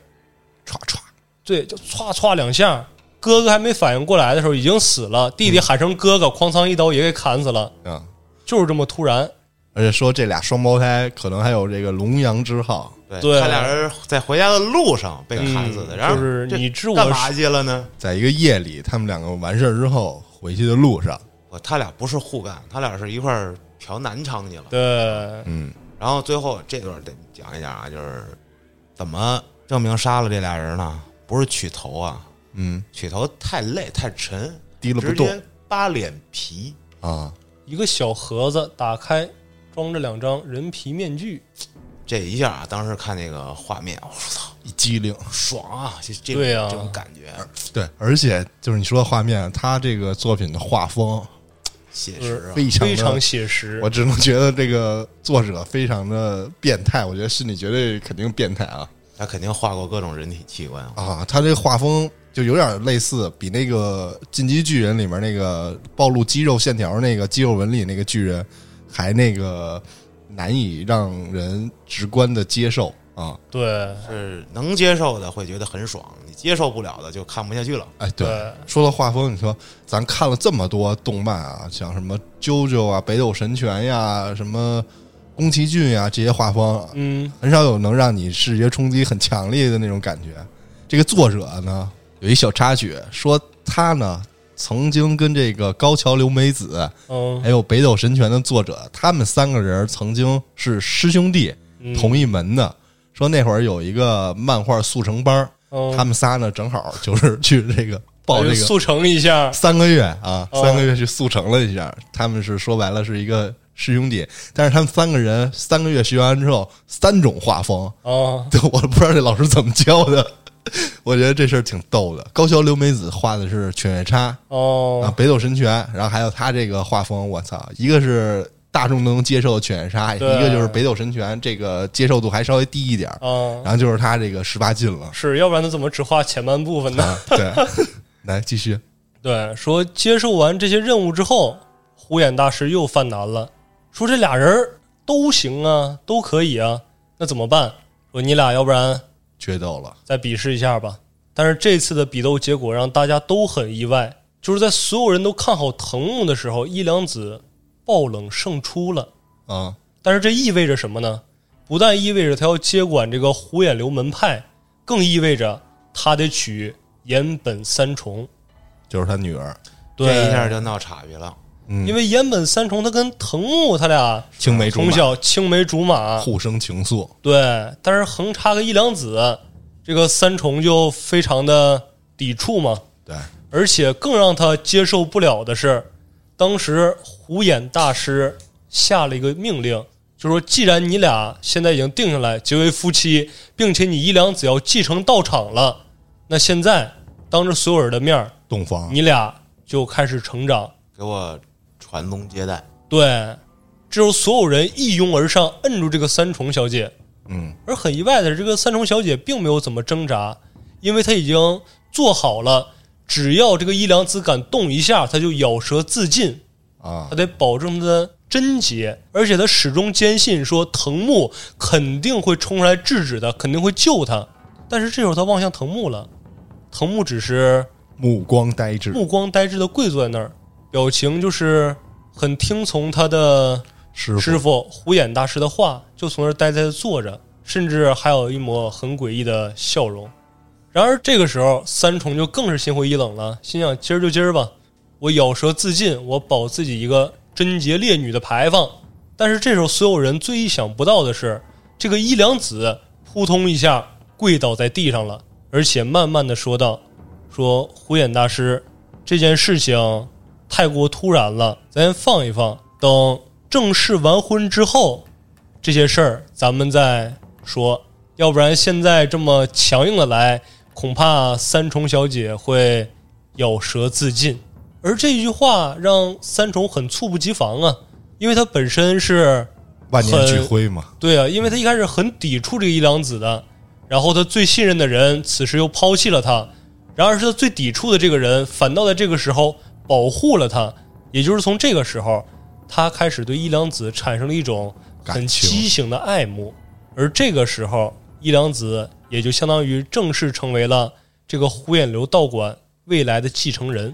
[SPEAKER 5] 歘歘，
[SPEAKER 1] 对，就歘歘两下。哥哥还没反应过来的时候已经死了，弟弟喊声哥哥，哐当一刀也给砍死了，
[SPEAKER 5] 嗯。
[SPEAKER 1] 就是这么突然。
[SPEAKER 5] 而且说这俩双胞胎可能还有这个龙阳之好，
[SPEAKER 3] 对
[SPEAKER 1] 对
[SPEAKER 3] 他俩人在回家的路上被砍死的，
[SPEAKER 1] 嗯
[SPEAKER 3] 然后
[SPEAKER 1] 就是
[SPEAKER 3] 这
[SPEAKER 1] 你知我
[SPEAKER 3] 干嘛去了呢？
[SPEAKER 5] 在一个夜里，他们两个完事儿之后回去的路上，
[SPEAKER 3] 我他俩不是互干，他俩是一块儿嫖南昌去了。
[SPEAKER 1] 对，
[SPEAKER 5] 嗯，
[SPEAKER 3] 然后最后这段得讲一讲啊，就是怎么证明杀了这俩人呢？不是取头啊，
[SPEAKER 5] 嗯，
[SPEAKER 3] 取头太累太沉，
[SPEAKER 5] 提了不
[SPEAKER 3] 直
[SPEAKER 5] 动
[SPEAKER 3] 接扒脸皮。
[SPEAKER 5] 啊，
[SPEAKER 1] 一个小盒子打开，装着两张人皮面具。
[SPEAKER 3] 这一下啊，当时看那个画面，我操，
[SPEAKER 5] 一机灵，
[SPEAKER 3] 爽啊！这这
[SPEAKER 1] 对啊
[SPEAKER 3] 这种感觉，
[SPEAKER 5] 对，而且就是你说的画面，他这个作品的画风
[SPEAKER 3] 写实啊，
[SPEAKER 5] 非
[SPEAKER 1] 呃
[SPEAKER 5] 常
[SPEAKER 1] 非
[SPEAKER 5] 的
[SPEAKER 1] 常写实
[SPEAKER 5] 我。只能觉得这个作者非常的变态，我觉得心里绝对肯定变态啊
[SPEAKER 3] 他肯定画过各种人体器官。
[SPEAKER 5] 啊！他这个画风就有点类似，比那个《进击巨人》里面那个暴露肌肉线条那个肌肉纹理那个巨人还那个难以让人直观的接受啊！
[SPEAKER 1] 对，
[SPEAKER 3] 是能接受的会觉得很爽，你接受不了的就看不下去了。
[SPEAKER 5] 哎，对，
[SPEAKER 1] 对
[SPEAKER 5] 说到画风，你说咱看了这么多动漫啊，像什么《JoJo》啊，《北斗神拳》呀，什么宫崎骏呀，这些画风，
[SPEAKER 1] 嗯，
[SPEAKER 5] 很少有能让你视觉冲击很强烈的那种感觉。这个作者呢，有一小插曲，说他呢曾经跟这个高桥留美子
[SPEAKER 1] 嗯，
[SPEAKER 5] 还有《北斗神拳》的作者，他们三个人曾经是师兄弟，
[SPEAKER 1] 嗯
[SPEAKER 5] 同一门的。说那会儿有一个漫画速成班儿，
[SPEAKER 1] 嗯
[SPEAKER 5] 哎他们仨呢正好就是去这个报这
[SPEAKER 1] 就
[SPEAKER 5] 个
[SPEAKER 1] 速成一下，
[SPEAKER 5] 三个月啊，
[SPEAKER 1] 哦
[SPEAKER 5] 三个月去速成了一下。他们是说白了是一个师兄弟，但是他们三个人三个月学完之后，三种画风，
[SPEAKER 1] 啊，
[SPEAKER 5] 对，我不知道这老师怎么教的。我觉得这事儿挺逗的。高桥留美子画的是《犬夜叉》啊，《
[SPEAKER 1] 哦，
[SPEAKER 5] 北斗神拳》，然后还有他这个画风，我操，一个是大众都能接受的《犬夜叉》，一
[SPEAKER 1] 对
[SPEAKER 5] 个就是《北斗神拳》，这个接受度还稍微低一点儿。
[SPEAKER 1] 啊，，
[SPEAKER 5] 然后就是他这个十八禁了啊
[SPEAKER 1] 是要不然他怎么只画前半部分呢？
[SPEAKER 5] 对，来继续，
[SPEAKER 1] 对，说接受完这些任务之后，虎眼大师又犯难了，说这俩人儿都行啊，都可以啊，那怎么办？说你俩要不然
[SPEAKER 5] 决斗了。
[SPEAKER 1] 再比试一下吧。但是这次的比斗结果让大家都很意外，就是在所有人都看好藤木的时候，伊良子爆冷胜出了。
[SPEAKER 5] 啊、
[SPEAKER 1] 但是这意味着什么呢？不但意味着他要接管这个虎眼流门派，更意味着他得娶岩本三重。
[SPEAKER 5] 就是他女儿
[SPEAKER 1] 对，
[SPEAKER 3] 这一下就闹岔劈了。
[SPEAKER 1] 因为岩本三重他跟藤木他俩
[SPEAKER 5] 青梅竹
[SPEAKER 1] 啊从
[SPEAKER 5] 马，
[SPEAKER 1] 小青梅竹马，
[SPEAKER 5] 互生情愫，
[SPEAKER 1] 对，但是横插个一两子，这个三重就非常的抵触嘛。
[SPEAKER 5] 对，
[SPEAKER 1] 而且更让他接受不了的是，当时虎眼大师下了一个命令，就说既然你俩现在已经定下来结为夫妻，并且你一良子要继承道场了，那现在当着所有人的面儿，
[SPEAKER 5] 洞房
[SPEAKER 1] 你俩就开始成长。
[SPEAKER 3] 给我传宗接代。
[SPEAKER 1] 对，这时候所有人一拥而上，摁住这个三重小姐。
[SPEAKER 5] 嗯，
[SPEAKER 1] 而很意外的是，这个三重小姐并没有怎么挣扎，因为她已经做好了，只要这个伊良子敢动一下，她就咬舌自尽。
[SPEAKER 5] 啊
[SPEAKER 1] 她，得保证她的贞洁，而且她始终坚信说藤木肯定会冲出来制止她，肯定会救她。但是这时候她望向藤木了，藤木只是
[SPEAKER 5] 目光呆滞，
[SPEAKER 1] 目光呆滞的跪坐在那儿，表情就是很听从他的
[SPEAKER 5] 师傅
[SPEAKER 1] 师傅虎眼大师的话，就从那儿呆呆的坐着，甚至还有一抹很诡异的笑容。然而这个时候，三重就更是心灰意冷了，心想今儿就今儿吧，我咬舌自尽，我保自己一个贞洁烈女的牌坊。但是这时候，所有人最意想不到的是，这个伊良子扑通一下跪倒在地上了，而且慢慢的说道：“说虎眼大师，这件事情太过突然了，咱先放一放，等正式完婚之后，这些事儿咱们再说。要不然现在这么强硬的来，恐怕三重小姐会咬舌自尽。而这一句话让三重很猝不及防啊，因为他本身是
[SPEAKER 5] 万年俱灰嘛，
[SPEAKER 1] 对啊，因为他一开始很抵触这个伊良子的，然后他最信任的人此时又抛弃了他，然而是他最抵触的这个人反倒在这个时候保护了他，也就是从这个时候，他开始对伊良子产生了一种很
[SPEAKER 5] 感情
[SPEAKER 1] 畸形的爱慕，而这个时候伊良子也就相当于正式成为了这个胡衍流道馆未来的继承人。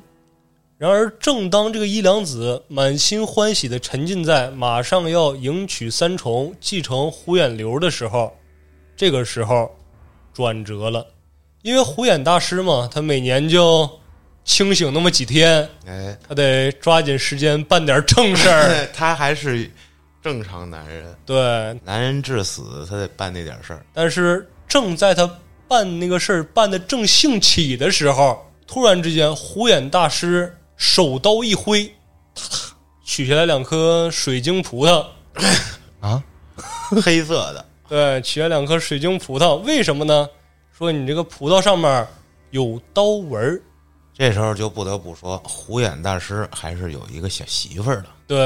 [SPEAKER 1] 然而，正当这个伊良子满心欢喜地沉浸在马上要迎娶三重、继承胡衍流的时候，这个时候转折了，因为胡衍大师嘛，他每年就清醒那么几天，
[SPEAKER 3] 哎，
[SPEAKER 1] 他得抓紧时间办点正事儿。
[SPEAKER 3] 他还是正常男人，
[SPEAKER 1] 对，
[SPEAKER 3] 男人至死他得办那点事儿。
[SPEAKER 1] 但是正在他办那个事儿办的正兴起的时候，突然之间，虎眼大师手刀一挥， 取下来两颗水晶葡萄。
[SPEAKER 3] 黑色的，
[SPEAKER 1] 对，取下两颗水晶葡萄，为什么呢？说你这个葡萄上面有刀纹儿。
[SPEAKER 3] 这时候就不得不说，虎眼大师还是有一个小媳妇儿的。
[SPEAKER 1] 对，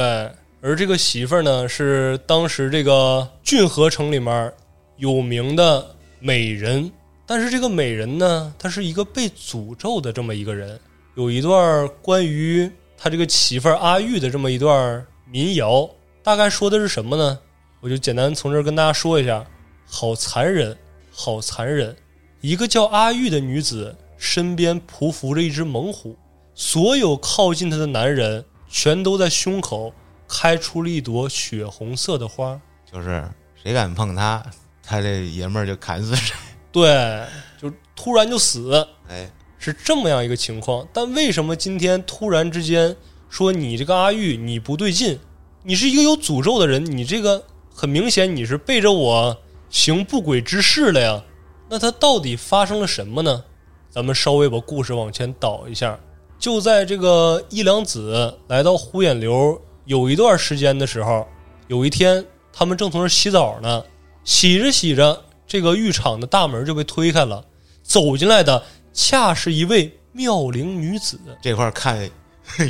[SPEAKER 1] 而这个媳妇儿呢，是当时这个骏河城里面有名的美人。但是这个美人呢，她是一个被诅咒的这么一个人。有一段关于他这个媳妇儿阿玉的这么一段民谣，大概说的是什么呢？我就简单从这儿跟大家说一下：好残忍，好残忍！一个叫阿玉的女子身边匍匐着一只猛虎，所有靠近她的男人全都在胸口开出了一朵血红色的花。
[SPEAKER 3] 就是谁敢碰他，他这爷们儿就砍死谁。
[SPEAKER 1] 对，就突然就死，
[SPEAKER 3] 哎，
[SPEAKER 1] 是这么样一个情况。但为什么今天突然之间说你这个阿玉你不对劲，你是一个有诅咒的人，你这个很明显你是背着我行不轨之事了呀？那他到底发生了什么呢？咱们稍微把故事往前倒一下，就在这个伊良子来到虎眼流有一段时间的时候，有一天他们正从那儿洗澡呢，洗着洗着，这个浴场的大门就被推开了，走进来的恰是一位妙龄女子。
[SPEAKER 3] 这块儿看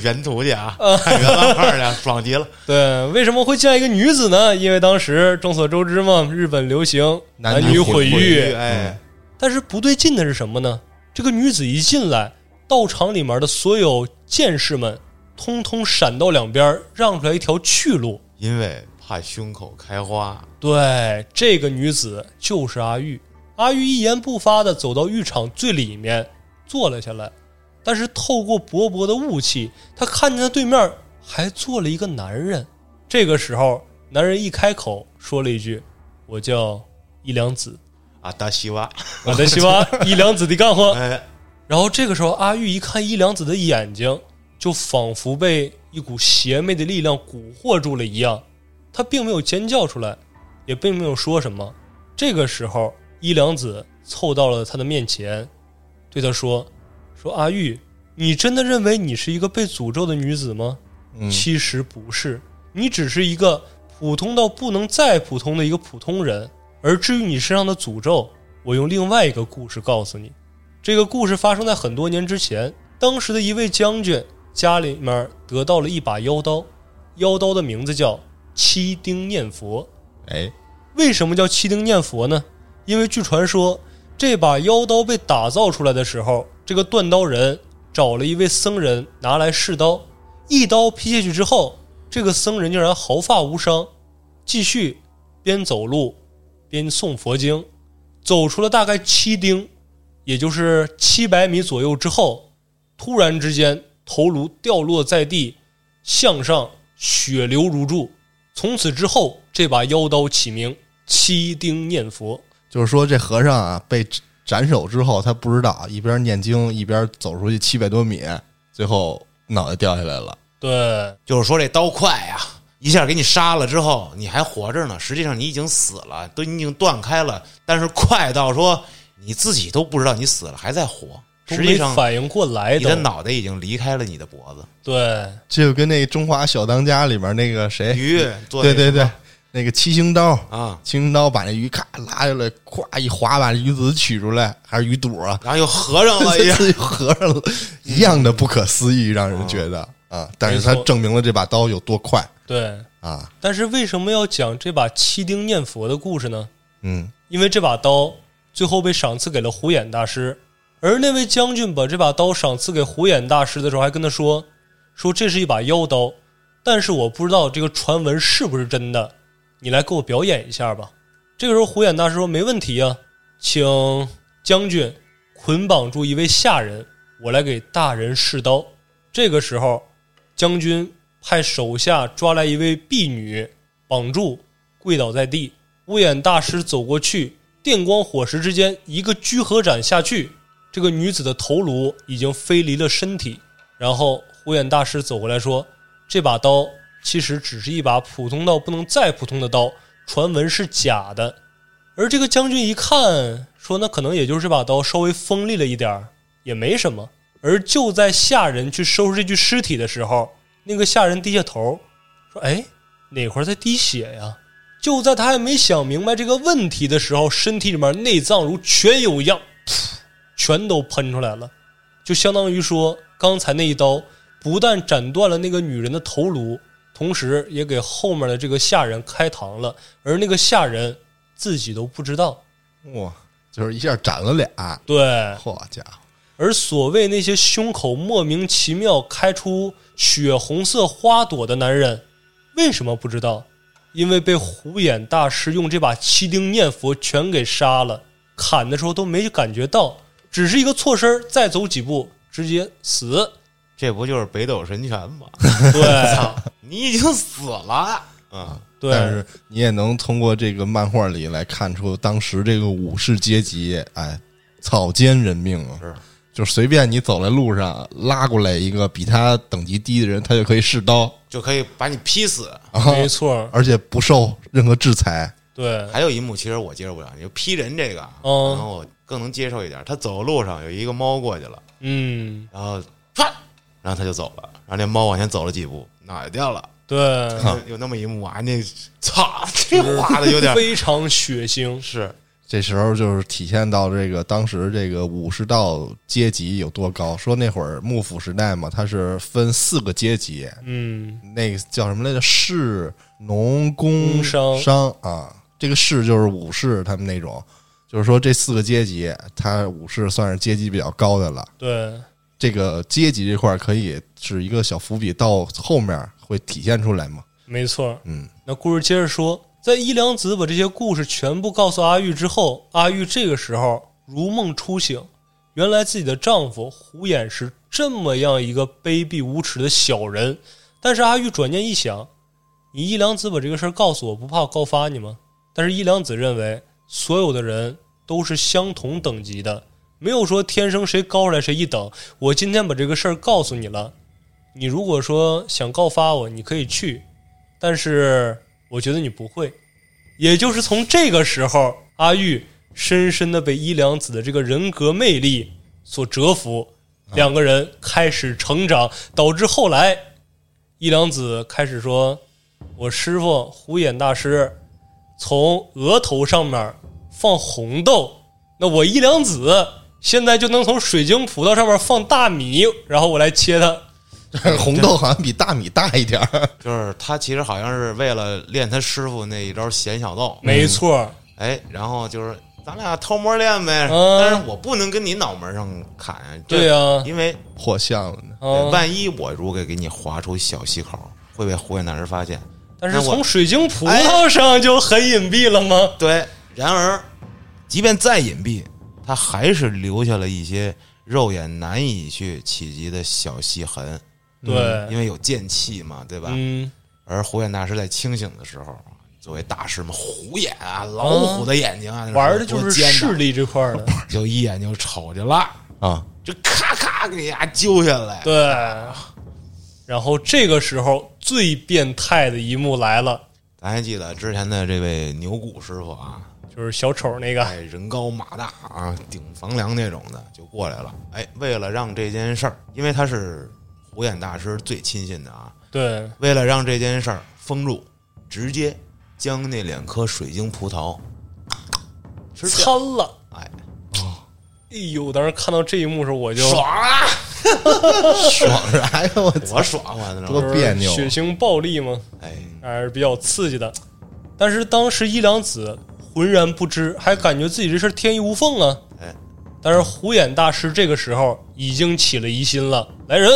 [SPEAKER 3] 原图去啊，看原漫画去啊，爽极了。
[SPEAKER 1] 对，为什么会进来一个女子呢？因为当时众所周知嘛，日本流行
[SPEAKER 5] 男
[SPEAKER 1] 男
[SPEAKER 5] 女
[SPEAKER 1] 女
[SPEAKER 5] 混
[SPEAKER 1] 混浴，
[SPEAKER 3] 哎，
[SPEAKER 1] 但是不对劲的是什么呢？这个女子一进来，道场里面的所有剑士们通通闪到两边，让出来一条去路。
[SPEAKER 3] 因为怕胸口开花，
[SPEAKER 1] 对，这个女子就是阿玉。阿玉一言不发的走到浴场最里面，坐了下来。但是透过薄薄的雾气，她看见她对面还坐了一个男人。这个时候，男人一开口说了一句：“我叫一良子，
[SPEAKER 3] 啊，大西瓜，
[SPEAKER 1] 我的希望一良子的干活。”
[SPEAKER 3] 哎，
[SPEAKER 1] 然后这个时候，阿玉一看伊良子的眼睛，就仿佛被一股邪魅的力量蛊惑住了一样，他并没有尖叫出来，也并没有说什么。这个时候，伊良子凑到了他的面前，对他说：“说阿玉，你真的认为你是一个被诅咒的女子吗？
[SPEAKER 5] 嗯
[SPEAKER 1] 其实不是，你只是一个普通到不能再普通的一个普通人。而至于你身上的诅咒，我用另外一个故事告诉你。”这个故事发生在很多年之前，当时的一位将军家里面得到了一把妖刀，妖刀的名字叫七丁念佛。
[SPEAKER 5] 哎，
[SPEAKER 1] 为什么叫七丁念佛呢？因为据传说，这把妖刀被打造出来的时候，这个断刀人找了一位僧人拿来试刀，一刀劈下去之后，这个僧人竟然毫发无伤，继续边走路边诵佛经，走出了大概七丁，也就是七百米左右之后，突然之间头颅掉落在地，向上血流如注。从此之后，这把妖刀起名七丁念佛。
[SPEAKER 5] 就是说这和尚啊被斩斩首之后，他不知道一边念经一边走出去七百多米，最后脑袋掉下来了。
[SPEAKER 1] 对
[SPEAKER 3] 就是说这刀快呀、一下给你杀了之后，你还活着呢，实际上你已经死了，都已经断开了，但是快到说你自己都不知道你死了还在活，
[SPEAKER 1] 都
[SPEAKER 3] 实
[SPEAKER 1] 没
[SPEAKER 3] 际上
[SPEAKER 1] 反应过来
[SPEAKER 3] 你的
[SPEAKER 1] 都。
[SPEAKER 3] 脑袋已经离开了你的脖子。
[SPEAKER 1] 对
[SPEAKER 5] 这就跟那《中华小当家》里面那个谁，
[SPEAKER 3] 鱼做
[SPEAKER 5] 哎对对对，那个七星刀，
[SPEAKER 3] 啊，
[SPEAKER 5] 七星刀把那鱼咔拉下来，咵一划把鱼籽取出来，还是鱼肚啊，
[SPEAKER 3] 然后又合上了一样。
[SPEAKER 5] 自己合上了，一样的不可思议，让人觉得啊，但是他
[SPEAKER 1] 没错
[SPEAKER 5] 证明了这把刀有多快
[SPEAKER 1] 对，
[SPEAKER 5] 啊，
[SPEAKER 1] 但是为什么要讲这把七丁念佛的故事呢？
[SPEAKER 5] 嗯，
[SPEAKER 1] 因为这把刀最后被赏赐给了虎眼大师，而那位将军把这把刀赏赐给虎眼大师的时候，还跟他说：“说这是一把妖刀，但是我不知道这个传闻是不是真的，你来给我表演一下吧。”这个时候，虎眼大师说：“没问题啊，请将军捆绑住一位下人，我来给大人试刀。”这个时候，将军派手下抓来一位婢女，绑住，跪倒在地。乌眼大师走过去，电光火石之间，一个居合斩下去，这个女子的头颅已经飞离了身体。然后，虎眼大师走过来说：“这把刀其实只是一把普通到不能再普通的刀，传闻是假的。而这个将军一看，说那可能也就是这把刀稍微锋利了一点儿，也没什么。而就在下人去收拾这具尸体的时候，那个下人低下头，说：“哎，哪块儿在滴血呀？”就在他还没想明白这个问题的时候，身体里面内脏如泉涌一样，噗全都喷出来了。就相当于说，刚才那一刀不但斩断了那个女人的头颅，同时也给后面的这个下人开膛了，而那个下人自己都不知道。
[SPEAKER 5] 哇，就是一下斩了俩，
[SPEAKER 1] 对，
[SPEAKER 5] 好家伙，
[SPEAKER 1] 而所谓那些胸口莫名其妙开出血红色花朵的男人，为什么不知道？因为被虎眼大师用这把七丁念佛全给杀了，砍的时候都没感觉到，只是一个错身儿，再走几步直接死。
[SPEAKER 3] 这不就是北斗神拳吗？
[SPEAKER 1] 对
[SPEAKER 3] 你已经死了，嗯，
[SPEAKER 1] 对，
[SPEAKER 5] 但是你也能通过这个漫画里来看出当时这个武士阶级，哎，草菅人命啊！
[SPEAKER 3] 是，
[SPEAKER 5] 就随便你走在路上拉过来一个比他等级低的人，他就可以试刀，
[SPEAKER 3] 就可以把你劈死。
[SPEAKER 5] 啊、
[SPEAKER 1] 没错，
[SPEAKER 5] 而且不受任何制裁。
[SPEAKER 1] 对，
[SPEAKER 3] 还有一幕其实我接受不了，就劈人这个，
[SPEAKER 1] 嗯
[SPEAKER 3] 然后我更能接受一点。他走路上有一个猫过去了，
[SPEAKER 1] 嗯，
[SPEAKER 3] 然后啪，然后他就走了，然后那猫往前走了几步，脑袋掉了。
[SPEAKER 1] 对，
[SPEAKER 3] 有有那么一幕啊，那操， 这画的有点
[SPEAKER 1] 非常血腥。
[SPEAKER 3] 是
[SPEAKER 5] 这时候就是体现到这个当时这个武士道阶级有多高。说那会儿幕府时代嘛，它是分四个阶级，
[SPEAKER 1] 嗯，
[SPEAKER 5] 那个叫什么来着？士、农、工、
[SPEAKER 1] 工商
[SPEAKER 5] 商啊，这个士就是武士他们那种，就是说这四个阶级，他武士算是阶级比较高的了。
[SPEAKER 1] 对，
[SPEAKER 5] 这个阶级这块儿可以是一个小伏笔，到后面会体现出 来嘛？
[SPEAKER 1] 没错。
[SPEAKER 5] 嗯，
[SPEAKER 1] 那故事接着说，在伊良子把这些故事全部告诉阿玉之后，阿玉这个时候如梦初醒，原来自己的丈夫胡衍是这么样一个卑鄙无耻的小人。但是阿玉转念一想，你伊良子把这个事儿告诉我，不怕我告发你吗？但是伊良子认为，所有的人都是相同等级的，没有说天生谁高出来谁一等。我今天把这个事儿告诉你了，你如果说想告发我，你可以去，但是我觉得你不会。也就是从这个时候，阿玉深深的被伊良子的这个人格魅力所折服，两个人开始成长，导致后来伊良子开始说：“我师傅虎眼大师从额头上面放红豆，那我伊良子现在就能从水晶葡萄上面放大米，然后我来切它。
[SPEAKER 5] 红豆好像比大米大一点儿，
[SPEAKER 3] 就是他其实好像是为了练他师傅那一招显小豆，
[SPEAKER 1] 没错儿，
[SPEAKER 3] 哎，然后就是咱俩偷摸练呗，
[SPEAKER 1] 嗯
[SPEAKER 3] 但是我不能跟你脑门上砍啊，这
[SPEAKER 1] 对呀
[SPEAKER 3] 因为
[SPEAKER 5] 破相了呢。
[SPEAKER 1] 嗯，
[SPEAKER 3] 万一我如果给你划出小细口，会被胡眼大师发现。
[SPEAKER 1] 但是
[SPEAKER 3] 那我
[SPEAKER 1] 从水晶葡萄上就很隐蔽了吗？
[SPEAKER 3] 对，然而，即便再隐蔽，他还是留下了一些肉眼难以去企及的小细痕，嗯因
[SPEAKER 1] 对，
[SPEAKER 3] 为有剑气嘛，对吧？
[SPEAKER 1] 嗯，
[SPEAKER 3] 而胡眼大师在清醒的时候，作为大师嘛，虎眼啊，老虎的眼睛啊，那
[SPEAKER 1] 嗯玩的就是
[SPEAKER 3] 多尖呐
[SPEAKER 1] 视力这块儿的，
[SPEAKER 3] 就一眼就瞅见了，
[SPEAKER 5] 啊，
[SPEAKER 3] 就咔咔给牙揪下来。
[SPEAKER 1] 对。然后这个时候最变态的一幕来了，
[SPEAKER 3] 咱还记得之前的这位牛骨师傅啊，
[SPEAKER 1] 就是小丑那个，
[SPEAKER 3] 哎，人高马大啊，顶房梁那种的就过来了。哎，为了让这件事儿，因为他是虎眼大师最亲信的啊，
[SPEAKER 1] 对，
[SPEAKER 3] 为了让这件事儿封住，直接将那两颗水晶葡萄吃掉。
[SPEAKER 1] 参了。
[SPEAKER 3] 哎，
[SPEAKER 1] 哎呦，当时看到这一幕的时候，我就
[SPEAKER 3] 爽啊！
[SPEAKER 5] 爽是 哎呦我操，
[SPEAKER 3] 多爽啊！那种
[SPEAKER 5] 多
[SPEAKER 1] 就是
[SPEAKER 5] 别扭
[SPEAKER 1] 血腥暴力嘛，
[SPEAKER 3] 哎，
[SPEAKER 1] 还是比较刺激的。但是当时伊良子浑然不知，还感觉自己这事儿天衣无缝啊。
[SPEAKER 3] 哎，
[SPEAKER 1] 但是虎眼大师这个时候已经起了疑心了，来人，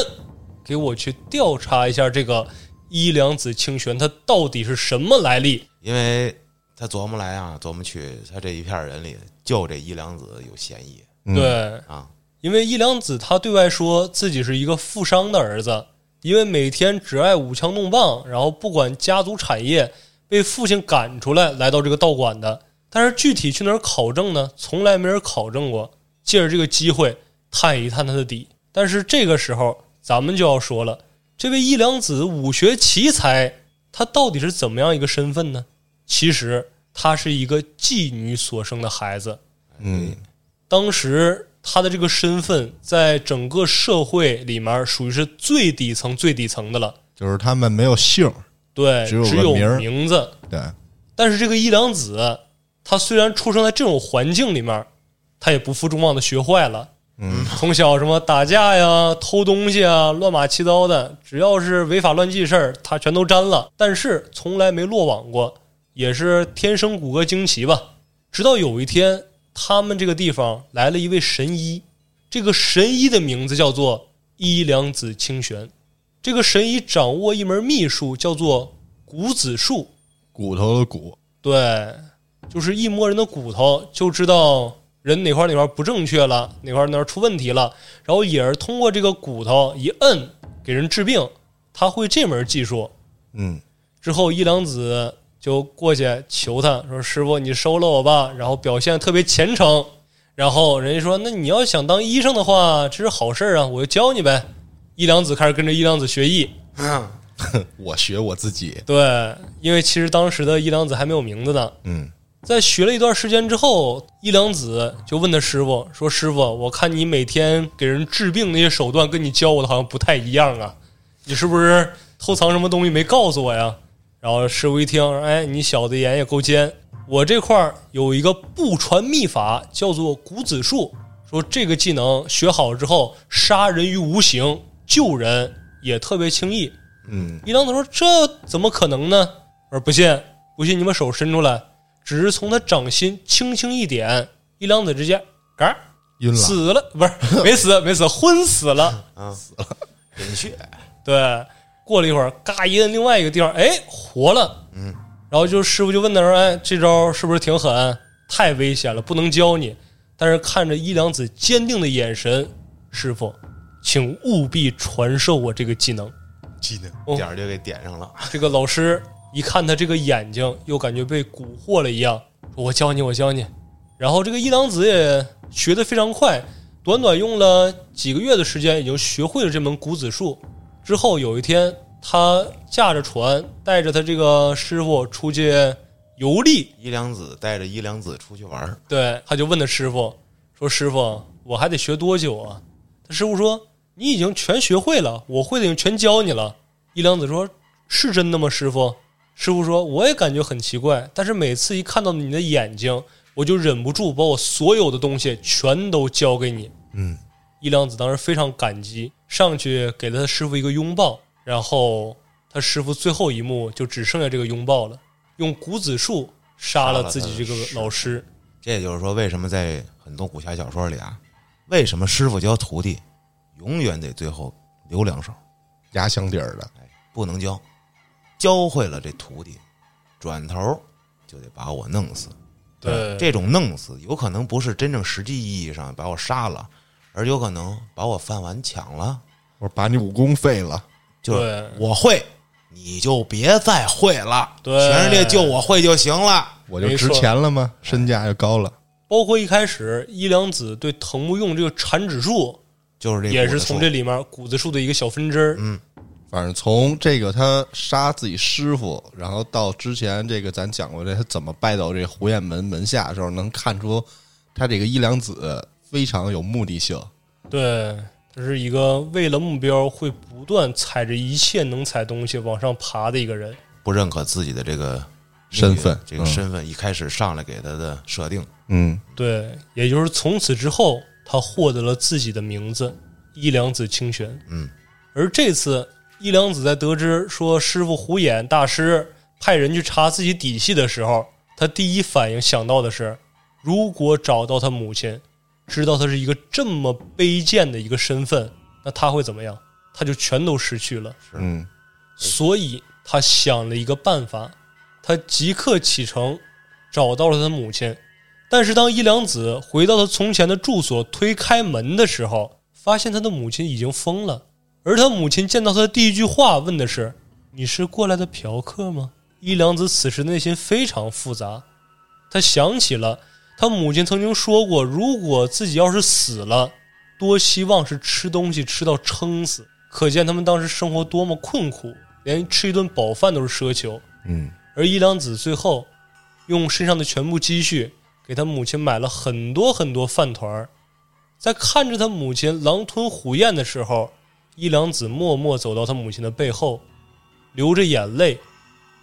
[SPEAKER 1] 给我去调查一下这个伊良子清玄他到底是什么来历。
[SPEAKER 3] 因为他琢磨来啊，琢磨去，他这一片人里就这伊良子有嫌疑
[SPEAKER 5] 嗯
[SPEAKER 1] 对，
[SPEAKER 3] 啊。
[SPEAKER 1] 因为伊良子他对外说自己是一个富商的儿子，因为每天只爱舞枪弄棒，然后不管家族产业，被父亲赶出来来到这个道馆的。但是具体去哪儿考证呢？从来没人考证过。借着这个机会探一探他的底。但是这个时候，咱们就要说了，这位伊良子武学奇才，他到底是怎么样一个身份呢？其实他是一个妓女所生的孩子。
[SPEAKER 5] 嗯
[SPEAKER 1] 当时他的这个身份在整个社会里面属于是最底层、最底层的了。
[SPEAKER 5] 就是他们没有姓儿，
[SPEAKER 1] 对，
[SPEAKER 5] 只有
[SPEAKER 1] 只
[SPEAKER 5] 个
[SPEAKER 1] 有
[SPEAKER 5] 名儿
[SPEAKER 1] 名字。
[SPEAKER 5] 对，
[SPEAKER 1] 但是这个伊良子，他虽然出生在这种环境里面，他也不负众望的学坏了。
[SPEAKER 5] 嗯，
[SPEAKER 1] 从小什么打架呀、偷东西啊、乱码七糟的，只要是违法乱纪事儿，他全都沾了。但是从来没落网过，也是天生骨骼惊奇吧。直到有一天，他们这个地方来了一位神医，这个神医的名字叫做伊良子清玄。这个神医掌握一门秘术，叫做骨子术。
[SPEAKER 5] 骨头的骨，
[SPEAKER 1] 对，就是一摸人的骨头就知道人哪块哪块不正确了，哪块哪块出问题了，然后也是通过这个骨头一摁给人治病，他会这门技术。
[SPEAKER 5] 嗯，
[SPEAKER 1] 之后伊良子就过去求他说：“师傅，你收了我吧。”然后表现特别虔诚。然后人家说：“那你要想当医生的话，这是好事儿啊，我就教你呗。”伊良子开始跟着伊良子学艺，
[SPEAKER 5] 我学我自己，
[SPEAKER 1] 对，因为其实当时的伊良子还没有名字呢。
[SPEAKER 5] 嗯，
[SPEAKER 1] 在学了一段时间之后，伊良子就问他师傅说：“师傅，我看你每天给人治病那些手段跟你教我的好像不太一样啊，你是不是偷藏什么东西没告诉我呀？”然后师傅一听，哎，你小子眼也够尖，我这块儿有一个不传秘法，叫做骨子术。说这个技能学好之后，杀人于无形，救人也特别轻易。
[SPEAKER 5] 嗯，
[SPEAKER 1] 伊朗子说：“这怎么可能呢？”我说：“不信，不信，你把手伸出来。”只是从他掌心轻轻一点，伊朗子直接嘎儿
[SPEAKER 5] 晕了，
[SPEAKER 1] 死了，不是没死，没死，昏死了。
[SPEAKER 3] 尹啊血
[SPEAKER 1] 对，过了一会儿，嘎一摁另外一个地方，哎，活了。嗯，然后就师傅就问他说：“哎，这招是不是挺狠？太危险了，不能教你。”但是看着伊良子坚定的眼神，师傅，请务必传授我这个技能。
[SPEAKER 3] 技能
[SPEAKER 1] 哦
[SPEAKER 3] 点儿就给点上了，
[SPEAKER 1] 这个老师一看他这个眼睛，又感觉被蛊惑了一样，说：“我教你，我教你。”然后这个伊良子也学得非常快，短短用了几个月的时间，已经学会了这门古子术。之后有一天，他驾着船，带着他这个师傅出去游历，
[SPEAKER 3] 伊良子带着伊良子出去玩儿，
[SPEAKER 1] 对，他就问他师傅说：“师傅，我还得学多久啊？”他师傅说：“你已经全学会了，我会的已经全教你了。”伊良子说：“是真的吗，师傅？”师傅说：“我也感觉很奇怪，但是每次一看到你的眼睛，我就忍不住把我所有的东西全都交给你。”
[SPEAKER 5] 嗯，
[SPEAKER 1] 伊良子当时非常感激，上去给了他师傅一个拥抱，然后他师傅最后一幕就只剩下这个拥抱了，用谷子树杀了
[SPEAKER 3] 杀了
[SPEAKER 1] 自己
[SPEAKER 3] 他
[SPEAKER 1] 这
[SPEAKER 3] 的
[SPEAKER 1] 个
[SPEAKER 3] 师
[SPEAKER 1] 老师。
[SPEAKER 3] 这也就是说，为什么在很多武侠小说里啊，为什么师傅教徒弟永远得最后留两手，
[SPEAKER 5] 压箱底儿的，
[SPEAKER 3] 不能教，教会了这徒弟，转头就得把我弄死。
[SPEAKER 1] 对，
[SPEAKER 3] 这种弄死有可能不是真正实际意义上把我杀了，而有可能把我饭碗抢了。
[SPEAKER 5] 我把你武功废了，
[SPEAKER 3] 就是
[SPEAKER 1] 对
[SPEAKER 3] 我会，你就别再会了。
[SPEAKER 1] 对
[SPEAKER 3] 全世界就我会就行了。
[SPEAKER 5] 我就值钱了吗？身价就高了，
[SPEAKER 1] 包括一开始伊良子对藤木用这个缠指术，
[SPEAKER 3] 就是这
[SPEAKER 1] 也
[SPEAKER 3] 股
[SPEAKER 1] 是
[SPEAKER 3] 子
[SPEAKER 1] 从
[SPEAKER 3] 说
[SPEAKER 1] 这里面谷子树的一个小分支儿。
[SPEAKER 5] 反正从这个他杀自己师傅，然后到之前这个咱讲过这他怎么拜到这胡彦门门下的时候，能看出他这个伊良子非常有目的性。
[SPEAKER 1] 对，他是一个为了目标会不断踩着一切能踩东西往上爬的一个人。
[SPEAKER 3] 不认可自己的这个
[SPEAKER 5] 身份
[SPEAKER 3] 这个
[SPEAKER 5] 嗯
[SPEAKER 3] 身份一开始上来给他的设定，
[SPEAKER 5] 嗯，
[SPEAKER 1] 对，也就是从此之后，他获得了自己的名字伊良子清玄。
[SPEAKER 3] 嗯，
[SPEAKER 1] 而这次伊良子在得知说师傅胡衍大师派人去查自己底细的时候，他第一反应想到的是，如果找到他母亲，知道他是一个这么卑贱的一个身份，那他会怎么样？他就全都失去了。
[SPEAKER 5] 嗯，
[SPEAKER 1] 所以他想了一个办法，他即刻启程找到了他的母亲。但是当伊良子回到他从前的住所，推开门的时候，发现他的母亲已经疯了。而他母亲见到他的第一句话问的是：“你是过来的嫖客吗？”伊良子此时内心非常复杂，他想起了他母亲曾经说过，如果自己要是死了，多希望是吃东西吃到撑死。可见他们当时生活多么困苦，连吃一顿饱饭都是奢求。
[SPEAKER 4] 嗯，
[SPEAKER 1] 而伊良子最后用身上的全部积蓄给他母亲买了很多很多饭团儿。在看着他母亲狼吞虎咽的时候，伊良子默默走到他母亲的背后，流着眼泪，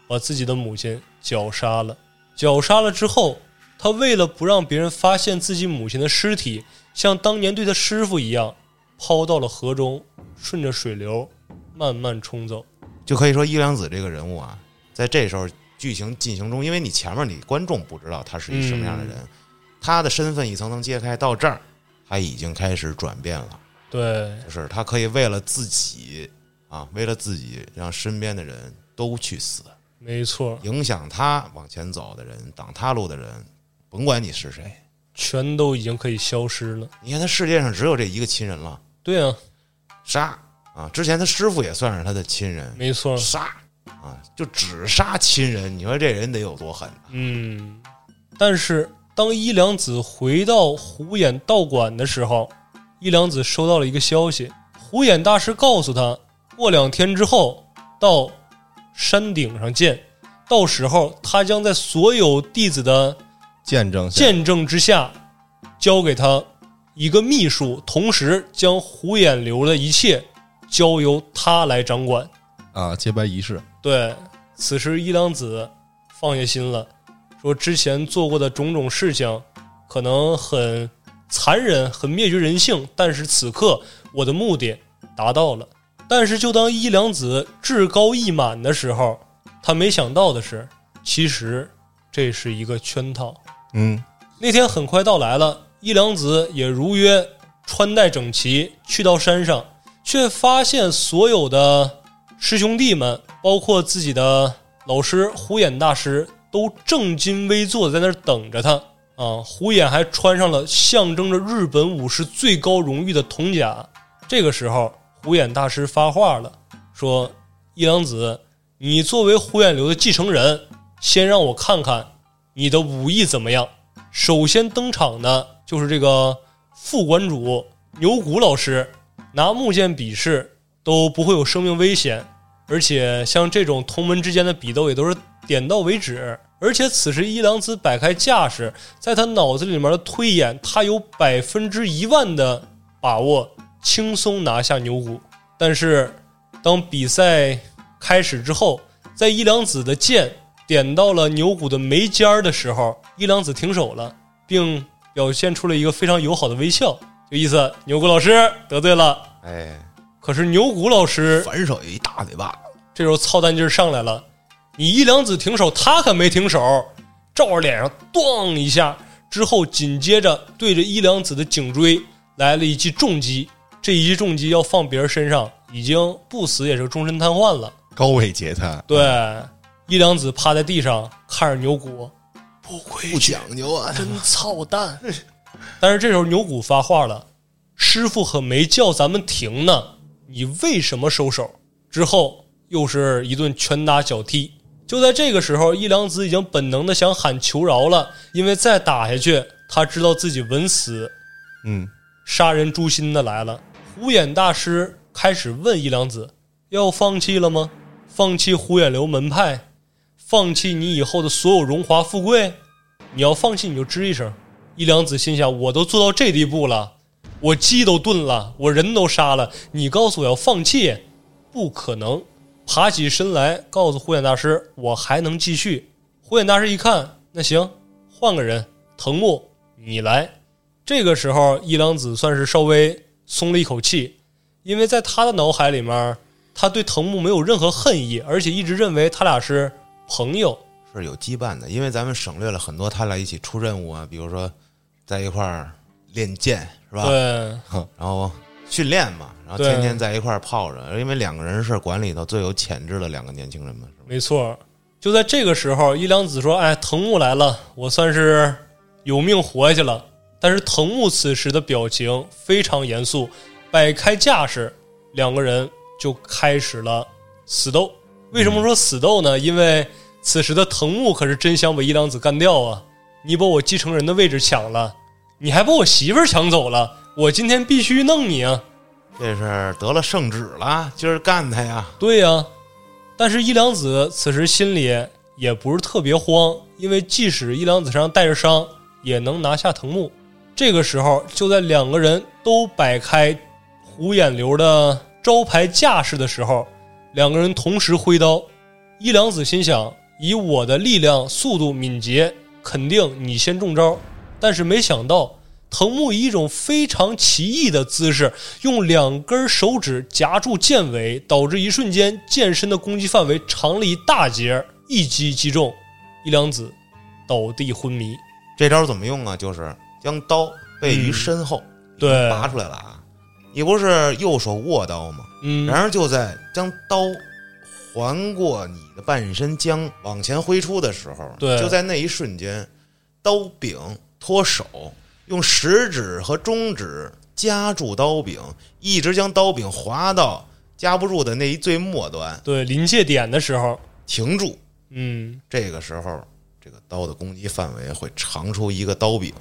[SPEAKER 1] 把自己的母亲绞杀了。绞杀了之后，他为了不让别人发现自己母亲的尸体，像当年对他师傅一样，抛到了河中，顺着水流慢慢冲走。
[SPEAKER 3] 就可以说伊良子这个人物啊，在这时候剧情进行中，因为你前面你观众不知道他是一什么样的人，
[SPEAKER 5] 嗯
[SPEAKER 3] 他的身份一层层揭开，到这儿他已经开始转变了，
[SPEAKER 1] 对，
[SPEAKER 3] 就是他可以为了自己啊，为了自己让身边的人都去死，
[SPEAKER 1] 没错，
[SPEAKER 3] 影响他往前走的人，挡他路的人，甭管你是谁，
[SPEAKER 1] 全都已经可以消失了。
[SPEAKER 3] 你看他世界上只有这一个亲人了，
[SPEAKER 1] 对啊，
[SPEAKER 3] 杀啊！之前他师傅也算是他的亲人，
[SPEAKER 1] 没错，
[SPEAKER 3] 杀啊，就只杀亲人，你说这人得有多狠啊？
[SPEAKER 1] 嗯。但是当伊良子回到虎眼道馆的时候，伊良子收到了一个消息，虎眼大师告诉他，过两天之后到山顶上见，到时候他将在所有弟子的
[SPEAKER 5] 见证下
[SPEAKER 1] 见证之下，交给他一个秘书，同时将虎眼流的一切交由他来掌管。
[SPEAKER 5] 啊，接班仪式，
[SPEAKER 1] 对，此时伊良子放下心了，说之前做过的种种事情可能很残忍、很灭绝人性，但是此刻我的目的达到了。但是就当伊良子志高意满的时候，他没想到的是，其实这是一个圈套。
[SPEAKER 5] 嗯，
[SPEAKER 1] 那天很快到来了，伊良子也如约穿戴整齐去到山上，却发现所有的师兄弟们，包括自己的老师虎眼大师，都正襟危坐在那儿等着他。啊，虎眼还穿上了象征着日本武士最高荣誉的铜甲。这个时候，虎眼大师发话了，说：“伊良子，你作为虎眼流的继承人，先让我看看你的武艺怎么样。”首先登场的就是这个副馆主牛谷老师，拿木剑比试都不会有生命危险，而且像这种同门之间的比斗也都是点到为止。而且此时伊良子摆开架势，在他脑子里面的推演，他有百分之一万的把握轻松拿下牛谷。但是当比赛开始之后，在伊良子的剑点到了牛骨的眉尖儿的时候，伊良子停手了，并表现出了一个非常友好的微笑，就意思牛骨老师得罪了。
[SPEAKER 3] 哎，
[SPEAKER 1] 可是牛骨老师
[SPEAKER 2] 反手一大嘴巴，
[SPEAKER 1] 这时候操蛋劲儿上来了，你伊良子停手，他可没停手，照着脸上咣一下，之后紧接着对着伊良子的颈椎来了一记重击，这一记重击要放别人身上，已经不死也是终身瘫痪了。
[SPEAKER 5] 高位截瘫，
[SPEAKER 1] 对，伊良子趴在地上看着牛骨，不愧
[SPEAKER 2] 不讲究啊！
[SPEAKER 1] 真操蛋。但是这时候牛骨发话了：“师傅可没叫咱们停呢，你为什么收手？”之后又是一顿拳打脚踢。就在这个时候，伊良子已经本能的想喊求饶了，因为再打下去，他知道自己稳死
[SPEAKER 5] 嗯，
[SPEAKER 1] 杀人诛心的来了。虎眼大师开始问伊良子：“要放弃了吗？放弃虎眼流门派，放弃你以后的所有荣华富贵？你要放弃，你就吱一声。”伊良子心想：“我都做到这地步了，我鸡都炖了，我人都杀了，你告诉我要放弃，不可能。”爬起身来，告诉虎眼大师：“我还能继续。”虎眼大师一看，那行，换个人，藤木，你来。这个时候，伊良子算是稍微松了一口气，因为在他的脑海里面，他对藤木没有任何恨意，而且一直认为他俩是朋友。
[SPEAKER 3] 是有羁绊的，因为咱们省略了很多他俩一起出任务啊，比如说在一块儿练剑是吧？
[SPEAKER 1] 对，
[SPEAKER 3] 然后训练嘛，然后
[SPEAKER 1] 对
[SPEAKER 3] 天天在一块儿泡着，因为两个人是馆里头最有潜质的两个年轻人嘛，是吧？
[SPEAKER 1] 没错。就在这个时候，伊良子说：“哎，藤木来了，我算是有命活下去了。”但是藤木此时的表情非常严肃，摆开架势，两个人就开始了死斗。为什么说死斗呢？因为此时的藤木可是真想把伊良子干掉啊！你把我继承人的位置抢了，你还把我媳妇儿抢走了，我今天必须弄你啊！
[SPEAKER 3] 这是得了圣旨了，今儿干他呀！
[SPEAKER 1] 对呀、但是伊良子此时心里也不是特别慌，因为即使伊良子身上带着伤，也能拿下藤木。这个时候，就在两个人都摆开虎眼流的招牌架势的时候，两个人同时挥刀。伊良子心想：以我的力量、速度、敏捷，肯定你先中招。但是没想到，藤木以一种非常奇异的姿势，用两根手指夹住剑尾，导致一瞬间剑身的攻击范围长了一大截，一击击中伊良子，倒地昏迷。
[SPEAKER 3] 这招怎么用啊？就是将刀背于身后，
[SPEAKER 1] 嗯对，
[SPEAKER 3] 拔出来了啊！你不是右手握刀吗？
[SPEAKER 1] 嗯
[SPEAKER 3] 然而就在将刀环过你的半身，将往前挥出的时候，
[SPEAKER 1] 对
[SPEAKER 3] 就在那一瞬间，刀柄脱手，用食指和中指夹住刀柄，一直将刀柄滑到夹不住的那一最末端，
[SPEAKER 1] 对，临界点的时候，
[SPEAKER 3] 停住。
[SPEAKER 1] 嗯，
[SPEAKER 3] 这个时候，这个刀的攻击范围会长出一个刀柄，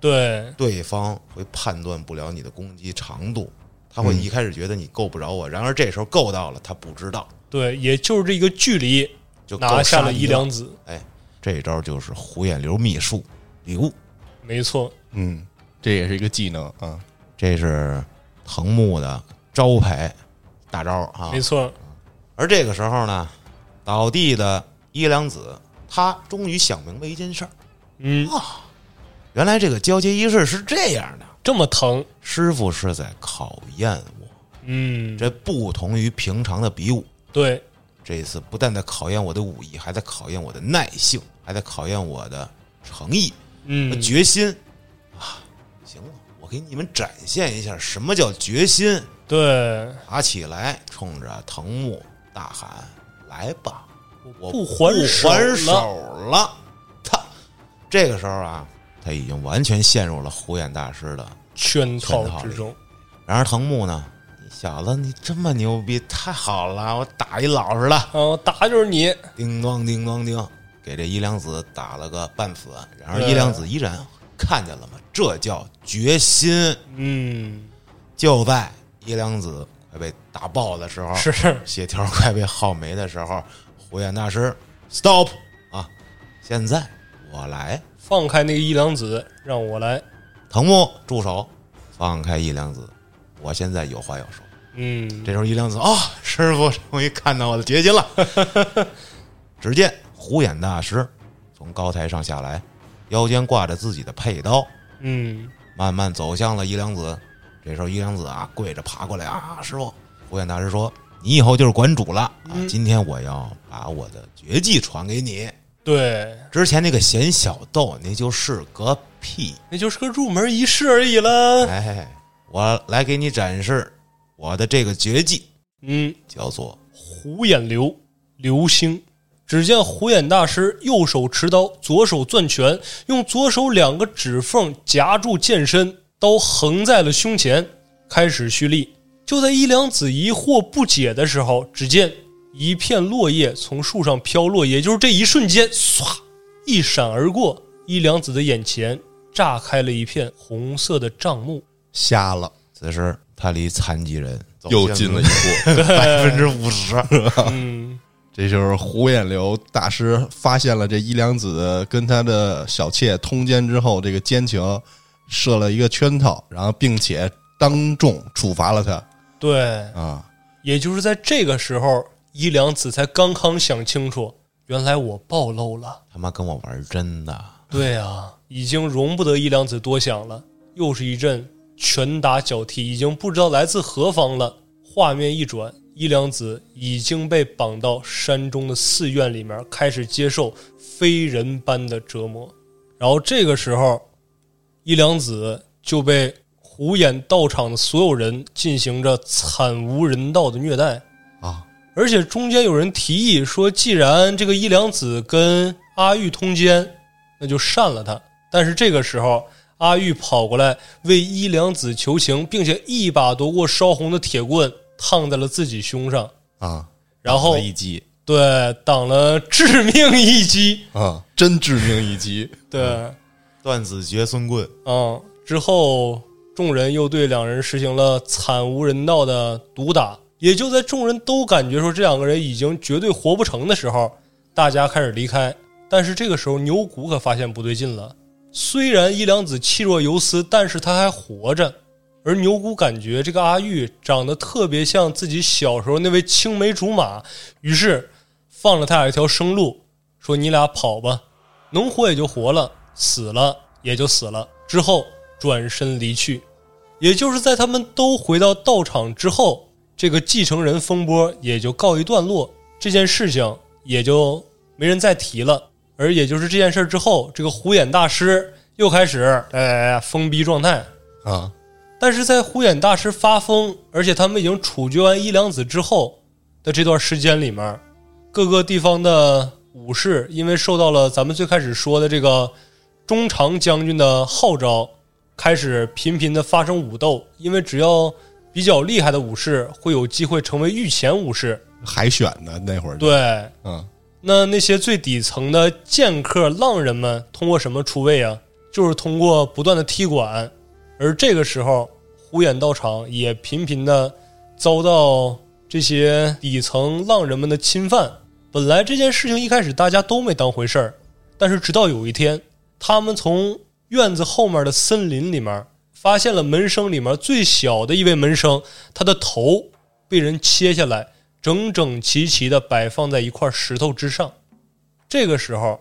[SPEAKER 1] 对，
[SPEAKER 3] 对方会判断不了你的攻击长度，
[SPEAKER 1] 嗯
[SPEAKER 3] 他会一开始觉得你够不着我，然而这时候够到了，他不知道。
[SPEAKER 1] 对，也就是这个距离
[SPEAKER 3] 就够
[SPEAKER 1] 拿下了
[SPEAKER 3] 杀
[SPEAKER 1] 伊
[SPEAKER 3] 一
[SPEAKER 1] 良子，
[SPEAKER 3] 哎，这招就是虎眼流秘术礼物，
[SPEAKER 1] 没错，
[SPEAKER 5] 嗯，这也是一个技能啊。
[SPEAKER 3] 这是藤木的招牌大招啊
[SPEAKER 1] 没。错，
[SPEAKER 3] 而这个时候呢，倒地的伊良子，他终于想明白一件事儿：
[SPEAKER 1] 嗯，
[SPEAKER 3] 原来这个交接仪式是这样的，
[SPEAKER 1] 这么疼，
[SPEAKER 3] 师傅是在考验我，
[SPEAKER 1] 嗯，
[SPEAKER 3] 这不同于平常的比武。
[SPEAKER 1] 对，
[SPEAKER 3] 这一次不但在考验我的武艺，还在考验我的耐性，还在考验我的诚意。
[SPEAKER 1] 嗯，
[SPEAKER 3] 决心啊！行了，我给你们展现一下什么叫决心。
[SPEAKER 1] 对，
[SPEAKER 3] 爬起来，冲着藤木大喊：“来吧，我
[SPEAKER 1] 不还手
[SPEAKER 3] 手
[SPEAKER 1] 了
[SPEAKER 3] 了！”他这个时候啊，他已经完全陷入了虎眼大师的。
[SPEAKER 1] 圈
[SPEAKER 3] 圈
[SPEAKER 1] 套
[SPEAKER 3] 套
[SPEAKER 1] 之
[SPEAKER 3] 里
[SPEAKER 1] 中，
[SPEAKER 3] 然而藤木呢，你小子你这么牛逼，太好了，我打一老实了。
[SPEAKER 1] 啊，打就是你，
[SPEAKER 3] 叮咚叮咚叮，给这伊良子打了个半死。然而
[SPEAKER 1] 对
[SPEAKER 3] 伊良子依然看见了吗？这叫决心。
[SPEAKER 1] 嗯，
[SPEAKER 3] 就在伊良子快被打爆的时候，
[SPEAKER 1] 是，
[SPEAKER 3] 血条快被耗没的时候，火眼大师，stop 啊！现在我来，
[SPEAKER 1] 放开那个伊良子，让我来。
[SPEAKER 3] 藤木住手，放开伊良子，我现在有话要说。
[SPEAKER 1] 嗯，
[SPEAKER 3] 这时候伊良子啊、师傅终于看到我的决心了。 只见虎眼大师从高台上下来，腰间挂着自己的佩刀，
[SPEAKER 1] 嗯，
[SPEAKER 3] 慢慢走向了伊良子。这时候伊良子啊跪着爬过来啊，师傅，虎眼大师说：“你以后就是馆主了啊！今天我要把我的绝技传给你。
[SPEAKER 1] 对，
[SPEAKER 3] 之前那个嫌小豆，那就是个屁。
[SPEAKER 1] 那就是个入门仪式而已了。
[SPEAKER 3] 哎，我来给你展示我的这个绝技，
[SPEAKER 1] 嗯，
[SPEAKER 3] 叫做
[SPEAKER 1] 虎眼流流星。只见虎眼大师右手持刀，左手攥拳，用左手两个指缝夹住剑身，刀横在了胸前，开始蓄力。就在伊良子疑惑不解的时候，只见一片落叶从树上飘落，也就是这一瞬间，唰，一闪而过，伊良子的眼前炸开了一片红色的帐幕。
[SPEAKER 5] 瞎了，
[SPEAKER 3] 此时他离残疾人走
[SPEAKER 5] 又
[SPEAKER 3] 向
[SPEAKER 5] 近了一步。
[SPEAKER 3] 百分之五 十。
[SPEAKER 1] 嗯，
[SPEAKER 5] 这就是胡眼流大师发现了这伊良子跟他的小妾通奸之后，这个奸情设了一个圈套，然后并且当众处罚了他
[SPEAKER 1] 对，
[SPEAKER 5] 啊。
[SPEAKER 1] 也就是在这个时候，伊良子才刚刚想清楚，原来我暴露了。
[SPEAKER 3] 他妈跟我玩真的，
[SPEAKER 1] 对啊，已经容不得伊良子多想了。又是一阵拳打脚踢，已经不知道来自何方了。画面一转，伊良子已经被绑到山中的寺院里面，开始接受非人般的折磨。然后这个时候，伊良子就被虎眼道场的所有人进行着惨无人道的虐待。
[SPEAKER 5] 啊，
[SPEAKER 1] 而且中间有人提议说，既然这个伊良子跟阿玉通奸，那就扇了他。但是这个时候，阿玉跑过来为伊良子求情，并且一把夺过烧红的铁棍烫在了自己胸上，
[SPEAKER 5] 啊
[SPEAKER 1] 然后
[SPEAKER 3] 打了一击，
[SPEAKER 1] 对挡了致命一击。
[SPEAKER 5] 啊，真致命一击！
[SPEAKER 1] 对，
[SPEAKER 3] 断子绝孙棍，
[SPEAKER 1] 嗯，之后众人又对两人实行了惨无人道的毒打。也就在众人都感觉说这两个人已经绝对活不成的时候，大家开始离开。但是这个时候，牛骨可发现不对劲了。虽然伊良子气若游丝，但是他还活着。而牛骨感觉这个阿玉长得特别像自己小时候那位青梅竹马，于是放了他俩一条生路，说你俩跑吧，能活也就活了，死了也就死了。之后转身离去，也就是在他们都回到道场之后，这个继承人风波也就告一段落，这件事情也就没人再提了。而也就是这件事儿之后，这个虎眼大师又开始哎疯逼状态，
[SPEAKER 5] 啊，
[SPEAKER 1] 但是在虎眼大师发疯，而且他们已经处决完伊良子之后的这段时间里面，各个地方的武士因为受到了咱们最开始说的这个中长将军的号召，开始频频的发生武斗。因为只要比较厉害的武士会有机会成为御前武士。
[SPEAKER 5] 海选的那会儿就，
[SPEAKER 1] 对，
[SPEAKER 5] 嗯，
[SPEAKER 1] 那那些最底层的剑客浪人们通过什么出位啊？就是通过不断的踢馆，而这个时候虎眼道场也频频的遭到这些底层浪人们的侵犯。本来这件事情一开始大家都没当回事儿，但是直到有一天，他们从院子后面的森林里面发现了门生里面最小的一位门生，他的头被人切下来，整整齐齐地摆放在一块石头之上。这个时候，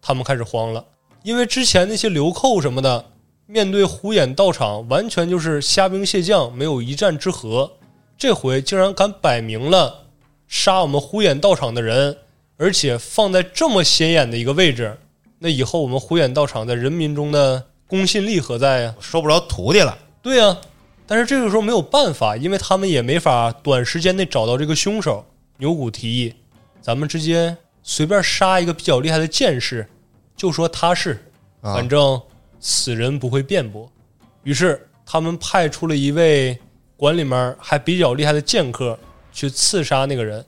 [SPEAKER 1] 他们开始慌了，因为之前那些流寇什么的，面对虎眼道场完全就是虾兵蟹将，没有一战之和。这回竟然敢摆明了杀我们虎眼道场的人，而且放在这么显眼的一个位置，那以后我们虎眼道场在人民中的公信力何在呀、
[SPEAKER 3] 我收不着徒弟了，
[SPEAKER 1] 对呀、但是这个时候没有办法，因为他们也没法短时间内找到这个凶手。牛骨提议，咱们直接随便杀一个比较厉害的剑士，就说他是，
[SPEAKER 5] 啊
[SPEAKER 1] 反正死人不会辩驳。于是他们派出了一位馆里面还比较厉害的剑客去刺杀那个人，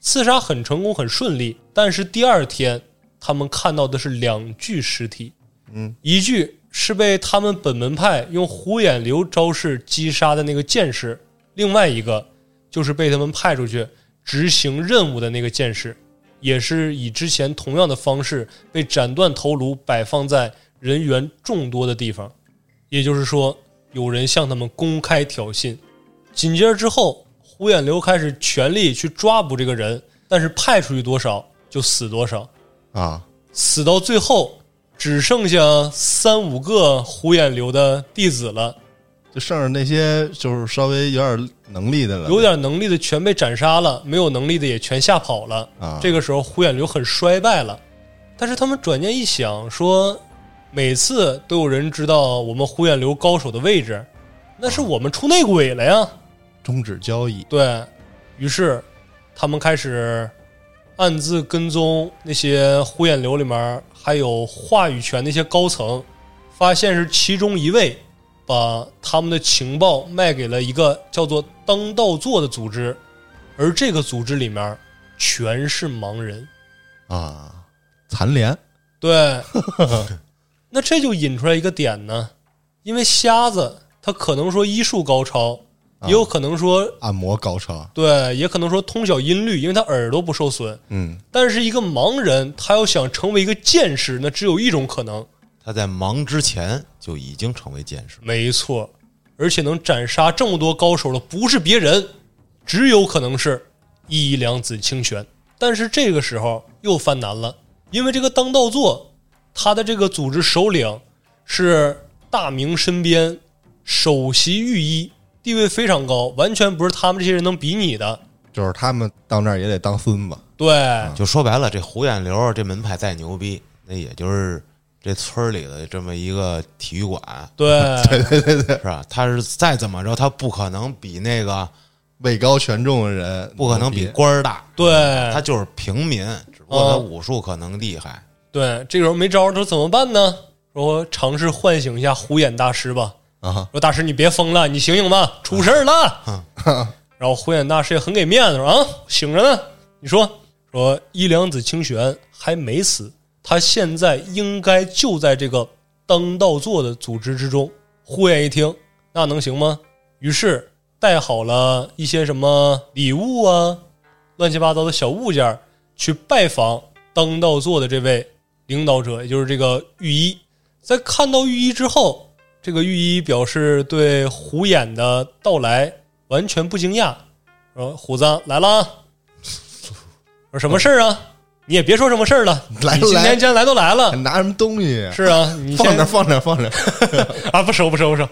[SPEAKER 1] 刺杀很成功，很顺利。但是第二天，他们看到的是两具尸体，一具是被他们本门派用虎眼流招式击杀的那个剑士，另外一个就是被他们派出去执行任务的那个剑士，也是以之前同样的方式被斩断头颅，摆放在人员众多的地方。也就是说，有人向他们公开挑衅。紧接着之后，虎眼流开始全力去抓捕这个人，但是派出去多少就死多少。
[SPEAKER 5] 啊，
[SPEAKER 1] 死到最后只剩下三五个虎眼流的弟子了，
[SPEAKER 5] 就剩下那些就是稍微有点能力的了，
[SPEAKER 1] 有点能力的全被斩杀了，没有能力的也全吓跑了。
[SPEAKER 5] 啊，
[SPEAKER 1] 这个时候虎眼流很衰败了，但是他们转念一想，说每次都有人知道我们虎眼流高手的位置，那是我们出内鬼了呀。
[SPEAKER 5] 终止交易
[SPEAKER 1] 对于是，他们开始暗自跟踪那些虎眼流里面还有话语权的一些高层，发现是其中一位把他们的情报卖给了一个叫做当道座的组织，而这个组织里面全是盲人。
[SPEAKER 5] 啊，残联
[SPEAKER 1] 对，那这就引出来一个点呢，因为瞎子他可能说医术高超，也有可能说
[SPEAKER 5] 按摩高超，
[SPEAKER 1] 对，也可能说通晓音律，因为他耳朵不受损。
[SPEAKER 5] 嗯，
[SPEAKER 1] 但是一个盲人，他要想成为一个剑士，那只有一种可能，
[SPEAKER 3] 他在忙之前就已经成为剑士，
[SPEAKER 1] 没错。而且能斩杀这么多高手的不是别人，只有可能是伊良子清玄。但是这个时候又犯难了，因为这个当道座，他的这个组织首领是大明身边首席御医，地位非常高，完全不是他们这些人能比拟的。
[SPEAKER 5] 就是他们到那儿也得当孙子，
[SPEAKER 1] 对，
[SPEAKER 3] 就说白了，这胡眼流这门派再牛逼，那也就是这村儿里的这么一个体育馆，
[SPEAKER 5] 哎
[SPEAKER 1] 对，
[SPEAKER 5] 对对对，
[SPEAKER 3] 是吧？他是再怎么着，他不可能比那个
[SPEAKER 5] 位高权重的人，
[SPEAKER 3] 不可能比官儿大，
[SPEAKER 1] 对，
[SPEAKER 3] 他就是平民，只不过他
[SPEAKER 1] 嗯
[SPEAKER 3] 武术可能厉害。
[SPEAKER 1] 对，这个时候没招儿，他说怎么办呢？说尝试唤醒一下虎眼大师吧。
[SPEAKER 5] 啊，
[SPEAKER 1] 说大师你别疯了，你醒醒吧，出事儿了。 然后虎眼大师也很给面子，说啊，醒着呢。你说说伊良子清玄还没死，他现在应该就在这个当道座的组织之中。虎眼一听，那能行吗？于是带好了一些什么礼物啊，乱七八糟的小物件儿去拜访当道座的这位领导者，也就是这个御医。在看到御医之后，这个御医表示对虎眼的到来完全不惊讶，说：“虎子来了 啊，说什么事儿啊？你也别说什么事儿了，
[SPEAKER 5] 来
[SPEAKER 1] 你今
[SPEAKER 5] 来
[SPEAKER 1] 天既然来都来 了，
[SPEAKER 5] 拿什么东西？
[SPEAKER 1] 是啊，你
[SPEAKER 5] 放
[SPEAKER 1] 先
[SPEAKER 5] 这儿放这儿放这儿，
[SPEAKER 1] 啊，不收不收不收，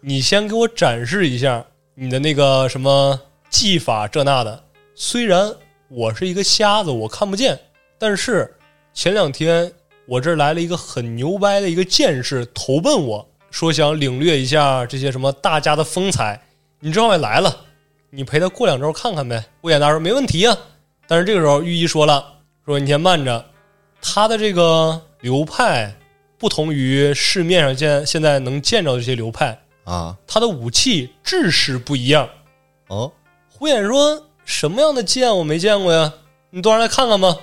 [SPEAKER 1] 你先给我展示一下你的那个什么技法这那的。虽然我是一个瞎子，我看不见，但是前两天我这儿来了一个很牛掰的一个剑士投奔我，说想领略一下这些什么大家的风采。你正好也来了，你陪他过两招看看呗。顾衍大说没问题啊，但是这个时候御医说了，说你先慢着，他的这个流派不同于市面上现现在能见着的这些流派，
[SPEAKER 5] 啊，
[SPEAKER 1] 他的武器制式不一样。
[SPEAKER 5] 哦，
[SPEAKER 1] 胡衍说：“什么样的剑我没见过呀？你端上来看看吧。”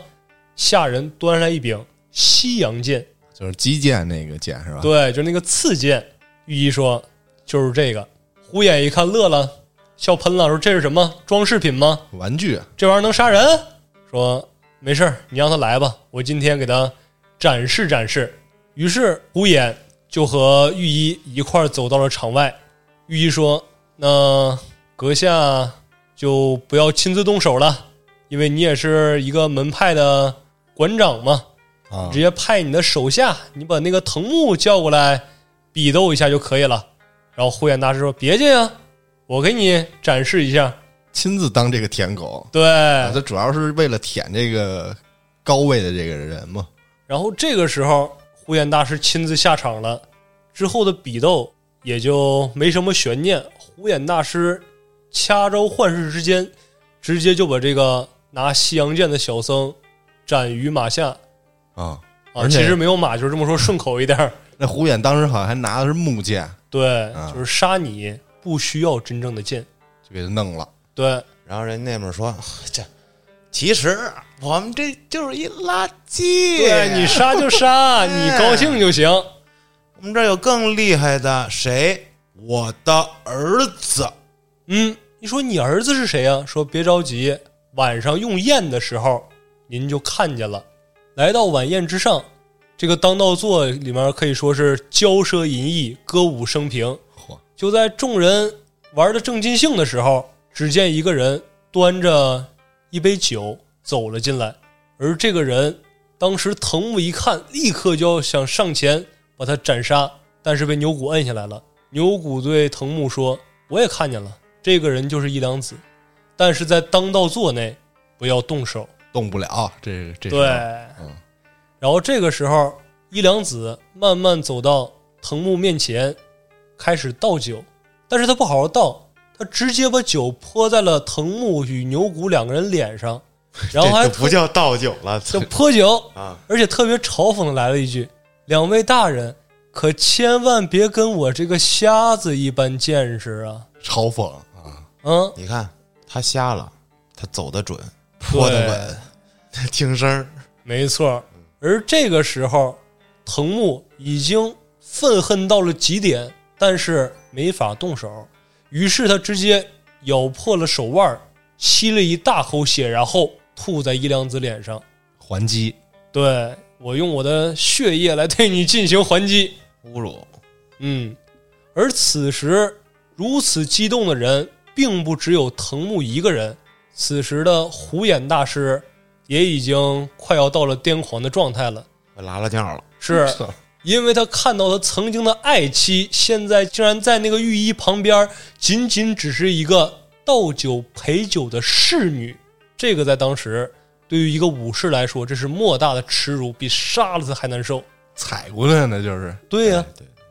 [SPEAKER 1] 下人端上来一柄西洋剑，
[SPEAKER 5] 就是击剑那个剑是吧？
[SPEAKER 1] 对，就是那个刺剑。御医说：“就是这个。”胡衍一看乐了，笑喷了，说：“这是什么装饰品吗？
[SPEAKER 5] 玩具
[SPEAKER 1] 这玩意儿能杀人？”说：“没事儿，你让他来吧，我今天给他展示展示。”于是胡衍就和御医一块儿走到了场外。御医说：“那阁下就不要亲自动手了，因为你也是一个门派的馆长嘛，
[SPEAKER 5] 啊
[SPEAKER 1] 直接派你的手下，你把那个藤木叫过来比斗一下就可以了。”然后护眼大师说：“别介呀，我给你展示一下。
[SPEAKER 5] 亲自当这个舔狗，”
[SPEAKER 1] 对，
[SPEAKER 5] 啊他主要是为了舔这个高位的这个人嘛。
[SPEAKER 1] 然后这个时候，呼延大师亲自下场了，之后的比斗也就没什么悬念。呼延大师掐招换式之间，直接就把这个拿西洋剑的小僧斩于马下
[SPEAKER 5] 啊，
[SPEAKER 1] 啊！
[SPEAKER 5] 而且
[SPEAKER 1] 其实没有马，就是这么说顺口一 点儿。
[SPEAKER 5] 那胡衍当时好像还拿的是木剑，
[SPEAKER 1] 对
[SPEAKER 5] 啊，
[SPEAKER 1] 就是杀你不需要真正的剑。
[SPEAKER 5] 就给他弄了。
[SPEAKER 1] 对，
[SPEAKER 3] 然后人那边说：“啊这其实我们这就是一垃圾，
[SPEAKER 1] 对啊你杀就 杀，你高兴就行。
[SPEAKER 3] 我们这儿有更厉害的，谁？我的儿子。
[SPEAKER 1] 嗯，你说你儿子是谁呀、说别着急，晚上用宴的时候您就看见了。来到晚宴之上，这个当道座里面可以说是骄奢淫逸，歌舞升平。
[SPEAKER 5] 嚯，
[SPEAKER 1] 就在众人玩的正尽兴的时候，只见一个人端着一杯酒走了进来，而这个人当时藤木一看，立刻就要想上前把他斩杀，但是被牛骨摁下来了。牛骨对藤木说：“我也看见了，这个人就是一良子，但是在当道座内不要动手。”
[SPEAKER 5] 动不了，这这
[SPEAKER 1] 对，
[SPEAKER 3] 嗯
[SPEAKER 1] 然后这个时候，伊良子慢慢走到藤木面前，开始倒酒，但是他不好好倒，他直接把酒泼在了藤木与牛骨两个人脸 上，然后还
[SPEAKER 3] 这就不叫倒酒了，
[SPEAKER 1] 就泼酒，
[SPEAKER 3] 啊，
[SPEAKER 1] 而且特别嘲讽的来了一句：“两位大人，可千万别跟我这个瞎子一般见识啊
[SPEAKER 5] 嘲讽啊！！”
[SPEAKER 1] 嗯，
[SPEAKER 3] 你看他瞎了，他走得准，泼得稳，他听声儿。
[SPEAKER 1] 没错。而这个时候，藤木已经愤恨到了极点，但是没法动手，于是他直接咬破了手腕，吸了一大口血，然后吐在伊良子脸上。
[SPEAKER 5] 还击，
[SPEAKER 1] 对我用我的血液来对你进行还击。
[SPEAKER 3] 侮辱，
[SPEAKER 1] 嗯，而此时如此激动的人，并不只有藤木一个人。此时的虎眼大师也已经快要到了癫狂的状态了，
[SPEAKER 3] 我拉拉尿了。
[SPEAKER 1] 是因为他看到他曾经的爱妻，现在竟然在那个御医旁边，仅仅只是一个倒酒陪酒的侍女。这个在当时对于一个武士来说，这是莫大的耻辱，比杀了他还难受。
[SPEAKER 5] 踩过来呢，就是
[SPEAKER 1] 对呀、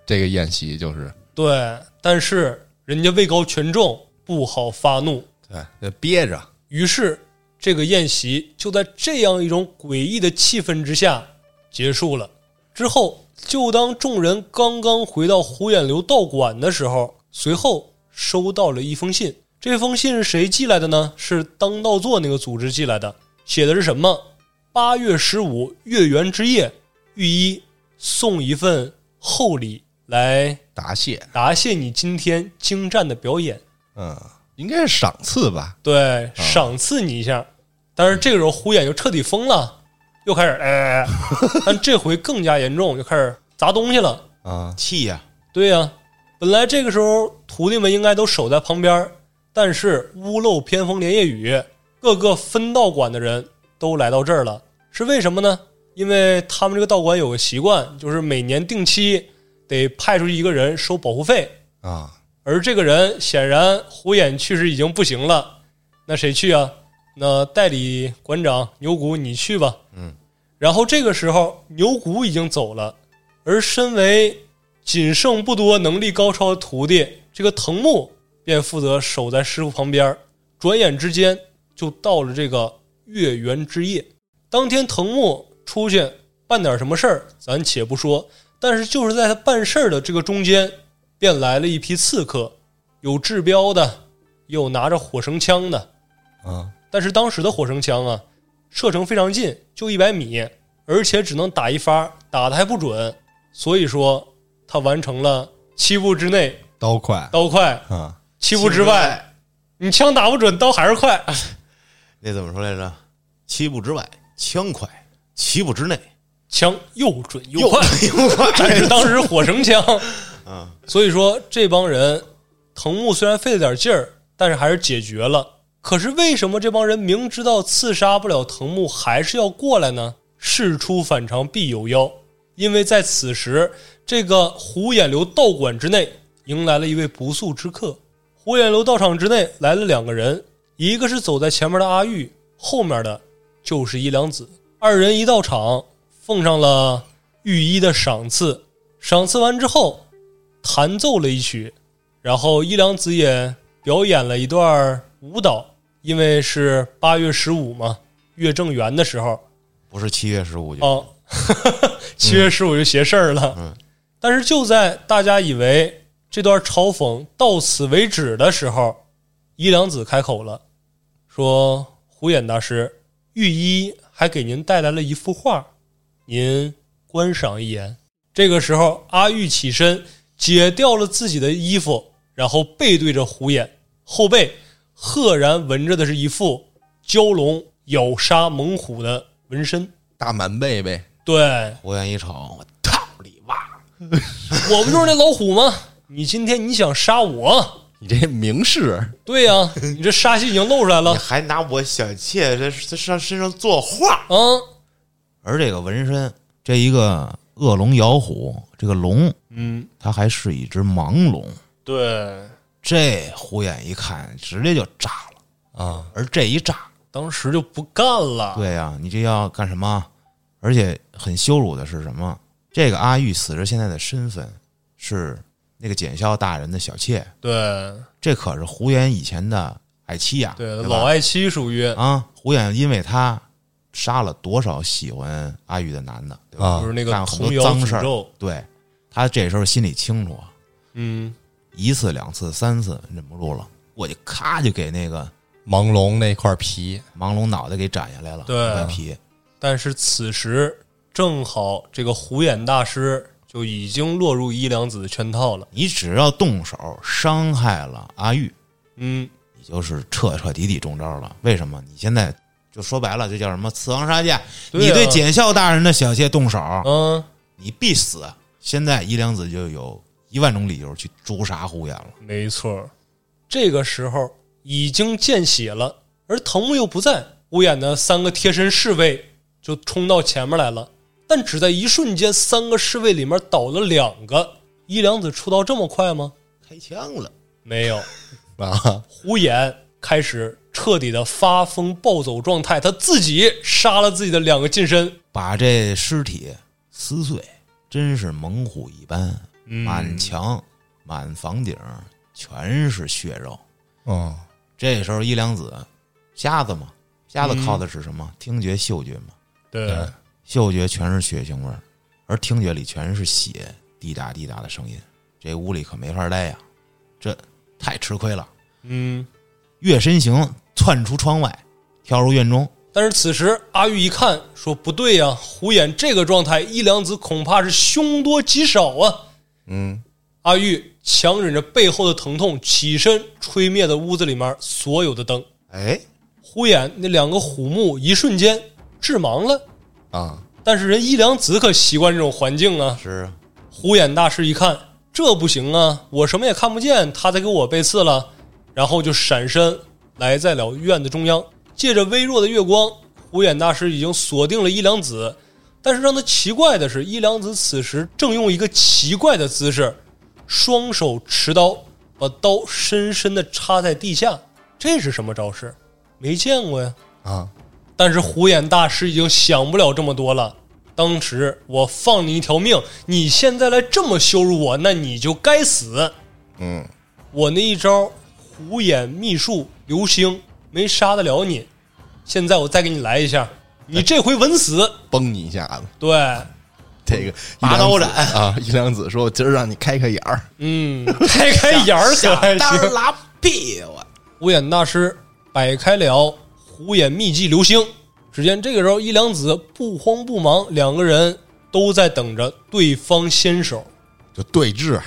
[SPEAKER 5] 这个宴席就是
[SPEAKER 1] 对，但是人家位高权重，不好发怒。
[SPEAKER 5] 对，得憋着，
[SPEAKER 1] 于是，这个宴席就在这样一种诡异的气氛之下结束了。之后，就当众人刚刚回到胡眼流道馆的时候，随后收到了一封信。这封信是谁寄来的呢？是当道座那个组织寄来的，写的是什么？八月十五月圆之夜，御医送一份厚礼来
[SPEAKER 5] 答谢，
[SPEAKER 1] 答谢你今天精湛的表演。
[SPEAKER 5] 嗯，应该是赏赐吧？
[SPEAKER 1] 对，赏赐你一下。但是这个时候胡眼就彻底疯了，又开始哎，但这回更加严重，就开始砸东西了。
[SPEAKER 5] 啊，
[SPEAKER 3] 气呀、
[SPEAKER 1] 对呀、本来这个时候徒弟们应该都守在旁边，但是屋漏偏逢连夜雨，各个分道馆的人都来到这儿了，是为什么呢？因为他们这个道馆有个习惯，就是每年定期得派出去一个人收保护费，
[SPEAKER 5] 啊，
[SPEAKER 1] 而这个人显然胡眼去世已经不行了，那谁去啊？那代理馆长牛骨你去吧。嗯，然后这个时候牛骨已经走了，而身为仅剩不多、能力高超的徒弟，这个藤木便负责守在师傅旁边儿。转眼之间就到了这个月圆之夜。当天藤木出去办点什么事儿，咱且不说，但是就是在他办事儿的这个中间，便来了一批刺客，有治标的，有拿着火绳枪的，
[SPEAKER 5] 啊，
[SPEAKER 1] 但是当时的火绳枪啊，射程非常近，就一百米，而且只能打一发，打的还不准，所以说他完成了七步之内
[SPEAKER 5] 刀快
[SPEAKER 1] 刀快，
[SPEAKER 5] 啊，
[SPEAKER 1] 七步之外你枪打不准，刀还是快。
[SPEAKER 3] 那怎么说来着？七步之外枪快，七步之内
[SPEAKER 1] 枪又准又快，但是 当时火绳枪，
[SPEAKER 3] 啊，
[SPEAKER 1] 所以说这帮人，藤木虽然费了点劲儿，但是还是解决了。可是为什么这帮人明知道刺杀不了藤木，还是要过来呢？事出反常必有妖，因为在此时，这个胡眼流道馆之内迎来了一位不速之客。胡眼流道场之内来了两个人，一个是走在前面的阿玉，后面的就是伊良子。二人一到场，奉上了御医的赏赐。赏赐完之后，弹奏了一曲，然后伊良子也表演了一段舞蹈，因为是八月十五嘛，月正圆的时候
[SPEAKER 3] 不是七月十五就、
[SPEAKER 1] 哦， 七月十五就邪事儿了。
[SPEAKER 3] 嗯
[SPEAKER 1] 但是就在大家以为这段嘲讽到此为止的时候，伊良子开口了，说：“胡衍大师，御医还给您带来了一幅画，您观赏一眼。”这个时候，阿玉起身解掉了自己的衣服，然后背对着胡衍，后背赫然纹着的是一副蛟龙咬杀猛虎的纹身。
[SPEAKER 5] 大满背呗，
[SPEAKER 1] 对，
[SPEAKER 3] 胡彦一瞅，我操你妈！
[SPEAKER 1] 我不就是那老虎吗？你今天你想杀我？
[SPEAKER 5] 你这明示
[SPEAKER 1] 对呀、你这杀气已经露出来了
[SPEAKER 3] 你还拿我小妾在在上身上作画？
[SPEAKER 1] 啊！
[SPEAKER 3] 而这个纹身，这一个恶龙咬虎，这个龙，
[SPEAKER 1] 嗯，
[SPEAKER 3] 它还是一只盲龙。
[SPEAKER 1] 对，
[SPEAKER 3] 这胡衍一看，直接就炸了
[SPEAKER 1] 啊！
[SPEAKER 3] 而这一炸，
[SPEAKER 1] 当时就不干了。
[SPEAKER 3] 对呀、你这要干什么？而且很羞辱的是什么？这个阿玉死之现在的身份是那个检校大人的小妾，
[SPEAKER 1] 对
[SPEAKER 3] 这可是胡衍以前的爱妻呀、
[SPEAKER 1] 对
[SPEAKER 3] 吧
[SPEAKER 1] 老爱妻属于、
[SPEAKER 3] 啊！胡衍因为他杀了多少喜欢阿玉的男的，对吧？
[SPEAKER 5] 啊
[SPEAKER 1] 就是那
[SPEAKER 3] 干
[SPEAKER 1] 个
[SPEAKER 3] 了很
[SPEAKER 1] 童
[SPEAKER 3] 多
[SPEAKER 1] 谣
[SPEAKER 3] 脏事
[SPEAKER 1] 诅
[SPEAKER 3] 儿
[SPEAKER 1] 咒。
[SPEAKER 3] 对他这时候心里清楚，啊
[SPEAKER 1] 嗯，
[SPEAKER 3] 一次、两次、三次忍不住了，我就咔就给那个
[SPEAKER 5] 盲龙那块皮
[SPEAKER 3] 盲龙脑袋给斩下来了，
[SPEAKER 1] 对
[SPEAKER 3] 那块皮。
[SPEAKER 1] 但是此时正好这个虎眼大师就已经落入伊良子的圈套了。
[SPEAKER 3] 你只要动手伤害了阿玉，
[SPEAKER 1] 嗯，
[SPEAKER 3] 你就是彻彻底底中招了。为什么？你现在就说白了，这叫什么刺王杀戒？
[SPEAKER 1] 呀
[SPEAKER 3] 你对检校大人的小妾动手，
[SPEAKER 1] 嗯，
[SPEAKER 3] 你必死。啊现在伊良子就有一万种理由去诛杀胡言了。
[SPEAKER 1] 没错，这个时候已经见血了，而藤木又不在，乌眼的三个贴身侍卫就冲到前面来了。但只在一瞬间，三个侍卫里面倒了两个。伊良子出刀这么快吗？
[SPEAKER 3] 开枪了，
[SPEAKER 1] 没有，
[SPEAKER 5] 啊，
[SPEAKER 1] 胡衍开始彻底的发疯暴走状态，他自己杀了自己的两个近身。
[SPEAKER 2] 把这尸体撕碎，真是猛虎一般，
[SPEAKER 3] 嗯
[SPEAKER 2] 满墙、满房顶全是血肉。
[SPEAKER 5] 嗯，
[SPEAKER 3] 这时候伊良子，啊瞎子嘛，瞎子靠的是什么？听觉、嗅觉嘛。
[SPEAKER 1] 对，
[SPEAKER 3] 嗅觉全是血腥味儿，而听觉里全是血滴答滴答的声音。这屋里可没法待呀、这太吃亏了。
[SPEAKER 1] 嗯。
[SPEAKER 3] 跃身形窜出窗外，跳入院中。
[SPEAKER 1] 但是此时阿玉一看，说不对呀、虎眼这个状态，一良子恐怕是凶多吉少啊。
[SPEAKER 4] 嗯，
[SPEAKER 1] 阿玉强忍着背后的疼痛，起身吹灭了屋子里面所有的灯。
[SPEAKER 3] 哎，
[SPEAKER 1] 虎眼那两个虎目一瞬间致盲了。
[SPEAKER 4] 啊，
[SPEAKER 1] 但是人伊良子可习惯这种环境啊。
[SPEAKER 3] 是啊
[SPEAKER 1] 虎眼大师一看，这不行啊，我什么也看不见，他在给我背刺了，然后就闪身来在了院子中央，借着微弱的月光，虎眼大师已经锁定了伊良子。但是让他奇怪的是，伊良子此时正用一个奇怪的姿势，双手持刀，把刀深深的插在地下。这是什么招式？没见过呀！
[SPEAKER 5] 啊，
[SPEAKER 1] 但是虎眼大师已经想不了这么多了。当时我放你一条命，你现在来这么羞辱我，那你就该死。
[SPEAKER 4] 嗯，
[SPEAKER 1] 我那一招虎眼秘术流星没杀得了你，现在我再给你来一下，你这回稳死。
[SPEAKER 5] 崩你一下子。
[SPEAKER 1] 对，
[SPEAKER 5] 这个
[SPEAKER 3] 拔刀斩
[SPEAKER 5] 啊！一良子说：“我今儿让你开开眼儿。
[SPEAKER 1] 嗯，开开眼儿可还
[SPEAKER 3] 当
[SPEAKER 1] 行。
[SPEAKER 3] 拉屁我
[SPEAKER 1] 虎眼大师摆开了虎眼秘技流星。只见这个时候，一良子不慌不忙，两个人都在等着对方先手。”
[SPEAKER 5] 就对峙，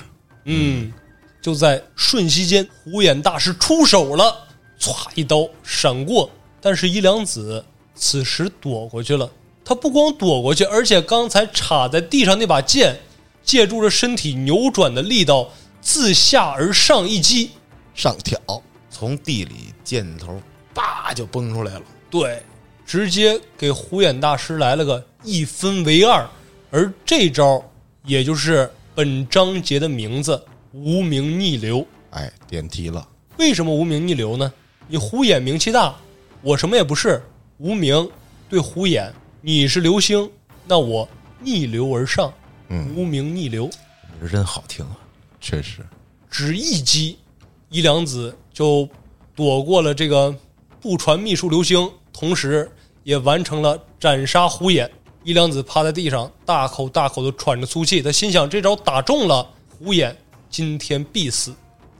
[SPEAKER 1] 嗯，就在瞬息间，虎眼大师出手了，歘一刀闪过，但是伊良子此时躲过去了。他不光躲过去，而且刚才插在地上那把剑，借助着身体扭转的力道，自下而上一击。
[SPEAKER 5] 上挑
[SPEAKER 3] 从地里箭头叭就崩出来了。
[SPEAKER 1] 对，直接给虎眼大师来了个一分为二。而这招，也就是本章节的名字“无名逆流”。
[SPEAKER 5] 哎，点题了。
[SPEAKER 1] 为什么无名逆流呢？你虎眼名气大，我什么也不是，无名对虎眼，你是流星，那我逆流而上，无名逆流，
[SPEAKER 3] 这真好听啊！
[SPEAKER 5] 确实，
[SPEAKER 1] 只一击，一良子就躲过了这个不传秘术流星，同时也完成了斩杀虎眼。一良子趴在地上，大口大口的喘着粗气，他心想这招打中了虎眼，今天必死。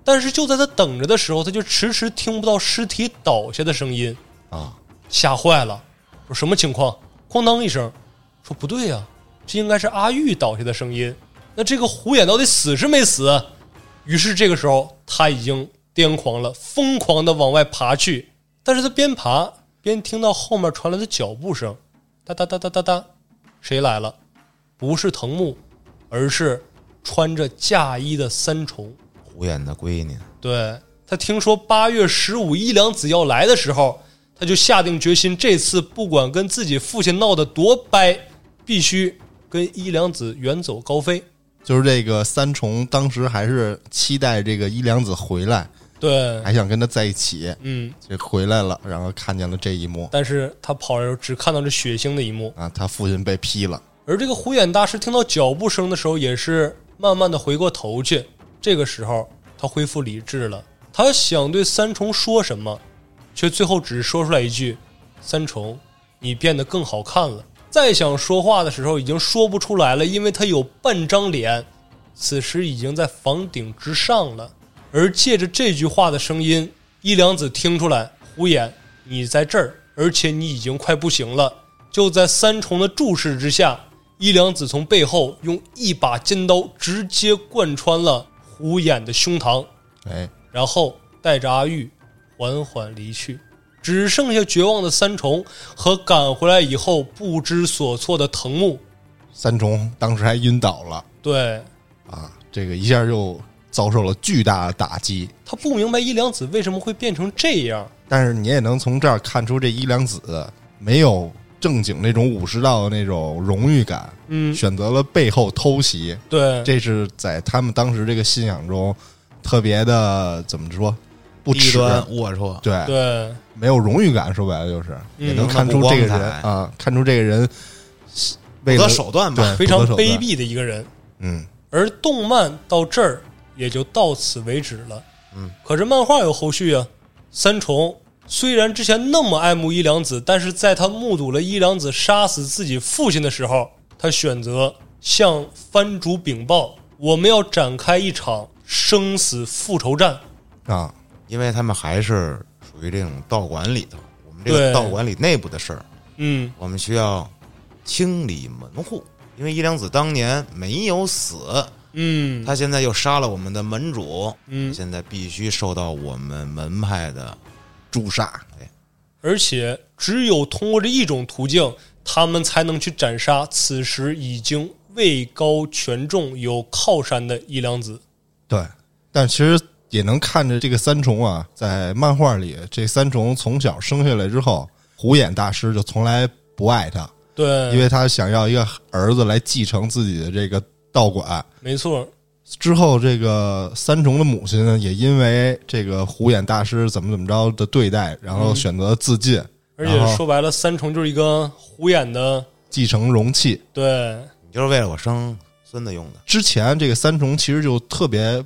[SPEAKER 1] 但是就在他等着的时候，他就迟迟听不到尸体倒下的声音
[SPEAKER 5] 啊，
[SPEAKER 1] 吓坏了，说什么情况？哐当一声，说不对呀、这应该是阿玉倒下的声音。那这个虎眼到底死是没死？啊于是这个时候他已经癫狂了，疯狂的往外爬去。但是他边爬边听到后面传来的脚步声，哒哒哒哒哒哒，谁来了？不是藤木，而是穿着嫁衣的三重。
[SPEAKER 3] 虎眼的闺女，
[SPEAKER 1] 对他听说八月十五一良子要来的时候，他就下定决心，这次不管跟自己父亲闹得多掰，必须跟一良子远走高飞。
[SPEAKER 5] 就是这个三重当时还是期待这个伊良子回来，
[SPEAKER 1] 对，
[SPEAKER 5] 还想跟他在一起，
[SPEAKER 1] 嗯，
[SPEAKER 5] 这回来了，然后看见了这一幕
[SPEAKER 1] 但是他跑来的时候只看到这血腥的一幕。
[SPEAKER 5] 啊，他父亲被劈了，
[SPEAKER 1] 而这个虎眼大师听到脚步声的时候，也是慢慢的回过头去。这个时候，他恢复理智了，他想对三重说什么，却最后只说出来一句：“三重，你变得更好看了。”再想说话的时候，已经说不出来了，因为他有半张脸，此时已经在房顶之上了。而借着这句话的声音，伊良子听出来，虎眼，你在这儿，而且你已经快不行了。就在三重的注视之下，伊良子从背后用一把尖刀直接贯穿了虎眼的胸膛，
[SPEAKER 5] 哎，
[SPEAKER 1] 然后带着阿玉缓缓离去，只剩下绝望的三重和赶回来以后不知所措的藤木。
[SPEAKER 5] 三重当时还晕倒了
[SPEAKER 1] 对
[SPEAKER 5] 啊，这个一下就遭受了巨大的打击。
[SPEAKER 1] 他不明白伊良子为什么会变成这样，
[SPEAKER 5] 但是你也能从这儿看出，这伊良子没有正经那种武士道的那种荣誉感，
[SPEAKER 1] 嗯，
[SPEAKER 5] 选择了背后偷袭，
[SPEAKER 1] 对，
[SPEAKER 5] 这是在他们当时这个信仰中特别的怎么说不
[SPEAKER 3] 低
[SPEAKER 5] 耻，
[SPEAKER 3] 端龌龊，
[SPEAKER 5] 对，
[SPEAKER 1] 对，
[SPEAKER 5] 没有荣誉感，说白了就是
[SPEAKER 1] 嗯
[SPEAKER 5] 也能看出这个人
[SPEAKER 3] 他不
[SPEAKER 5] 啊，看出这个人为
[SPEAKER 3] 不择
[SPEAKER 5] 了
[SPEAKER 3] 手段吧。
[SPEAKER 5] 对
[SPEAKER 1] 啊非常
[SPEAKER 5] 不择手段
[SPEAKER 1] 卑鄙的一个人。
[SPEAKER 5] 嗯，
[SPEAKER 1] 而动漫到这儿也就到此为止了。嗯，可是漫画有后续啊。三重虽然之前那么爱慕伊良子，但是在他目睹了伊良子杀死自己父亲的时候，他选择向藩主禀报，我们要展开一场生死复仇战。
[SPEAKER 5] 啊，
[SPEAKER 3] 因为他们还是属于这种道馆里头，我们这个
[SPEAKER 1] 对
[SPEAKER 3] 道馆里内部的事儿，
[SPEAKER 1] 嗯
[SPEAKER 3] 我们需要清理门户。因为伊良子当年没有死，
[SPEAKER 1] 嗯，
[SPEAKER 3] 他现在又杀了我们的门主，
[SPEAKER 1] 嗯
[SPEAKER 3] 现在必须受到我们门派的哎
[SPEAKER 5] 诛杀
[SPEAKER 1] 而且只有通过这一种途径，他们才能去斩杀此时已经位高权重、有靠山的伊良子。
[SPEAKER 5] 对，但其实也能看着这个三重啊，在漫画里，这三重从小生下来之后，虎眼大师就从来不爱他，
[SPEAKER 1] 对，
[SPEAKER 5] 因为他想要一个儿子来继承自己的这个道馆。
[SPEAKER 1] 没错，
[SPEAKER 5] 之后，这个三重的母亲呢，也因为这个虎眼大师怎么怎么着的对待，然后选择自尽，
[SPEAKER 1] 而
[SPEAKER 5] 然后
[SPEAKER 1] 且说白了，三重就是一个虎眼的，
[SPEAKER 5] 继承容器。
[SPEAKER 1] 对，
[SPEAKER 3] 你就是为了我生孙子用的。
[SPEAKER 5] 之前这个三重其实就特别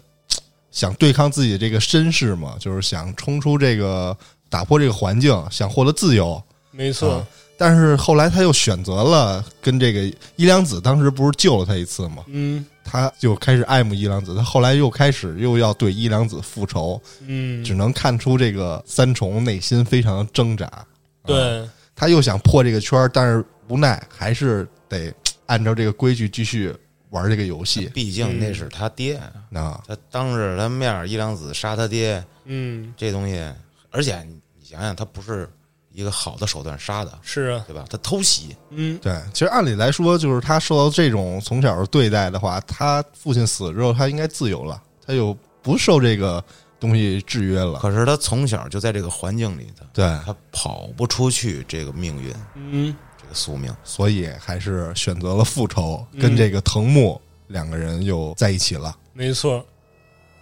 [SPEAKER 5] 想对抗自己这个身世嘛，就是想冲出这个打破这个环境，想获得自由。
[SPEAKER 1] 没错，
[SPEAKER 5] 啊但是后来他又选择了跟这个伊良子，当时不是救了他一次嘛，
[SPEAKER 1] 嗯
[SPEAKER 5] 他就开始爱慕伊良子，他后来又开始又要对伊良子复仇，
[SPEAKER 1] 嗯，
[SPEAKER 5] 只能看出这个三重内心非常的挣扎。
[SPEAKER 1] 对，
[SPEAKER 5] 他又想破这个圈儿，但是无奈还是得按照这个规矩继续玩这个游戏
[SPEAKER 3] 毕竟那是他爹，
[SPEAKER 5] 啊。
[SPEAKER 3] 他当着他面儿伊良子杀他爹，
[SPEAKER 1] 嗯，
[SPEAKER 3] 这东西，而且你想想，他不是一个好的手段杀的，
[SPEAKER 1] 是啊，
[SPEAKER 3] 对吧？他偷袭，
[SPEAKER 1] 嗯，
[SPEAKER 5] 对，其实按理来说，就是他受到这种从小对待的话，他父亲死了之后，他应该自由了，他又不受这个东西制约了。
[SPEAKER 3] 可是他从小就在这个环境里头，
[SPEAKER 5] 对，
[SPEAKER 3] 他跑不出去这个命运，
[SPEAKER 1] 嗯，
[SPEAKER 3] 这个宿命。
[SPEAKER 5] 所以还是选择了复仇，
[SPEAKER 1] 嗯
[SPEAKER 5] 跟这个藤木两个人又在一起了。
[SPEAKER 1] 没错。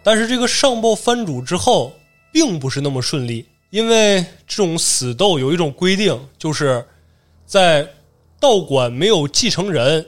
[SPEAKER 1] 但是这个上报藩主之后，并不是那么顺利，因为这种死斗有一种规定，就是在道馆没有继承人，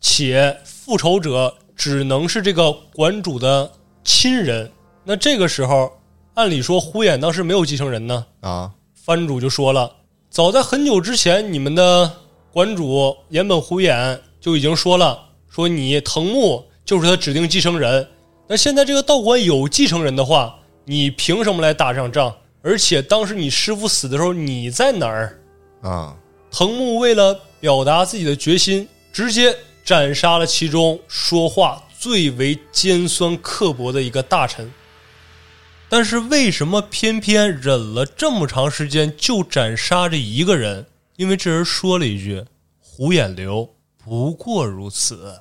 [SPEAKER 1] 且复仇者只能是这个馆主的亲人。那这个时候，按理说呼衍当时没有继承人呢，
[SPEAKER 5] 啊，
[SPEAKER 1] 藩主就说了，早在很久之前，你们的馆主岩本虎眼就已经说了，说你藤木就是他指定继承人。那现在这个道馆有继承人的话，你凭什么来打这场仗？而且当时你师傅死的时候，你在哪儿？
[SPEAKER 5] 啊，
[SPEAKER 1] 藤木为了表达自己的决心，直接斩杀了其中说话最为尖酸刻薄的一个大臣。但是为什么偏偏忍了这么长时间就斩杀这一个人？因为这人说了一句：“虎眼流不过如此。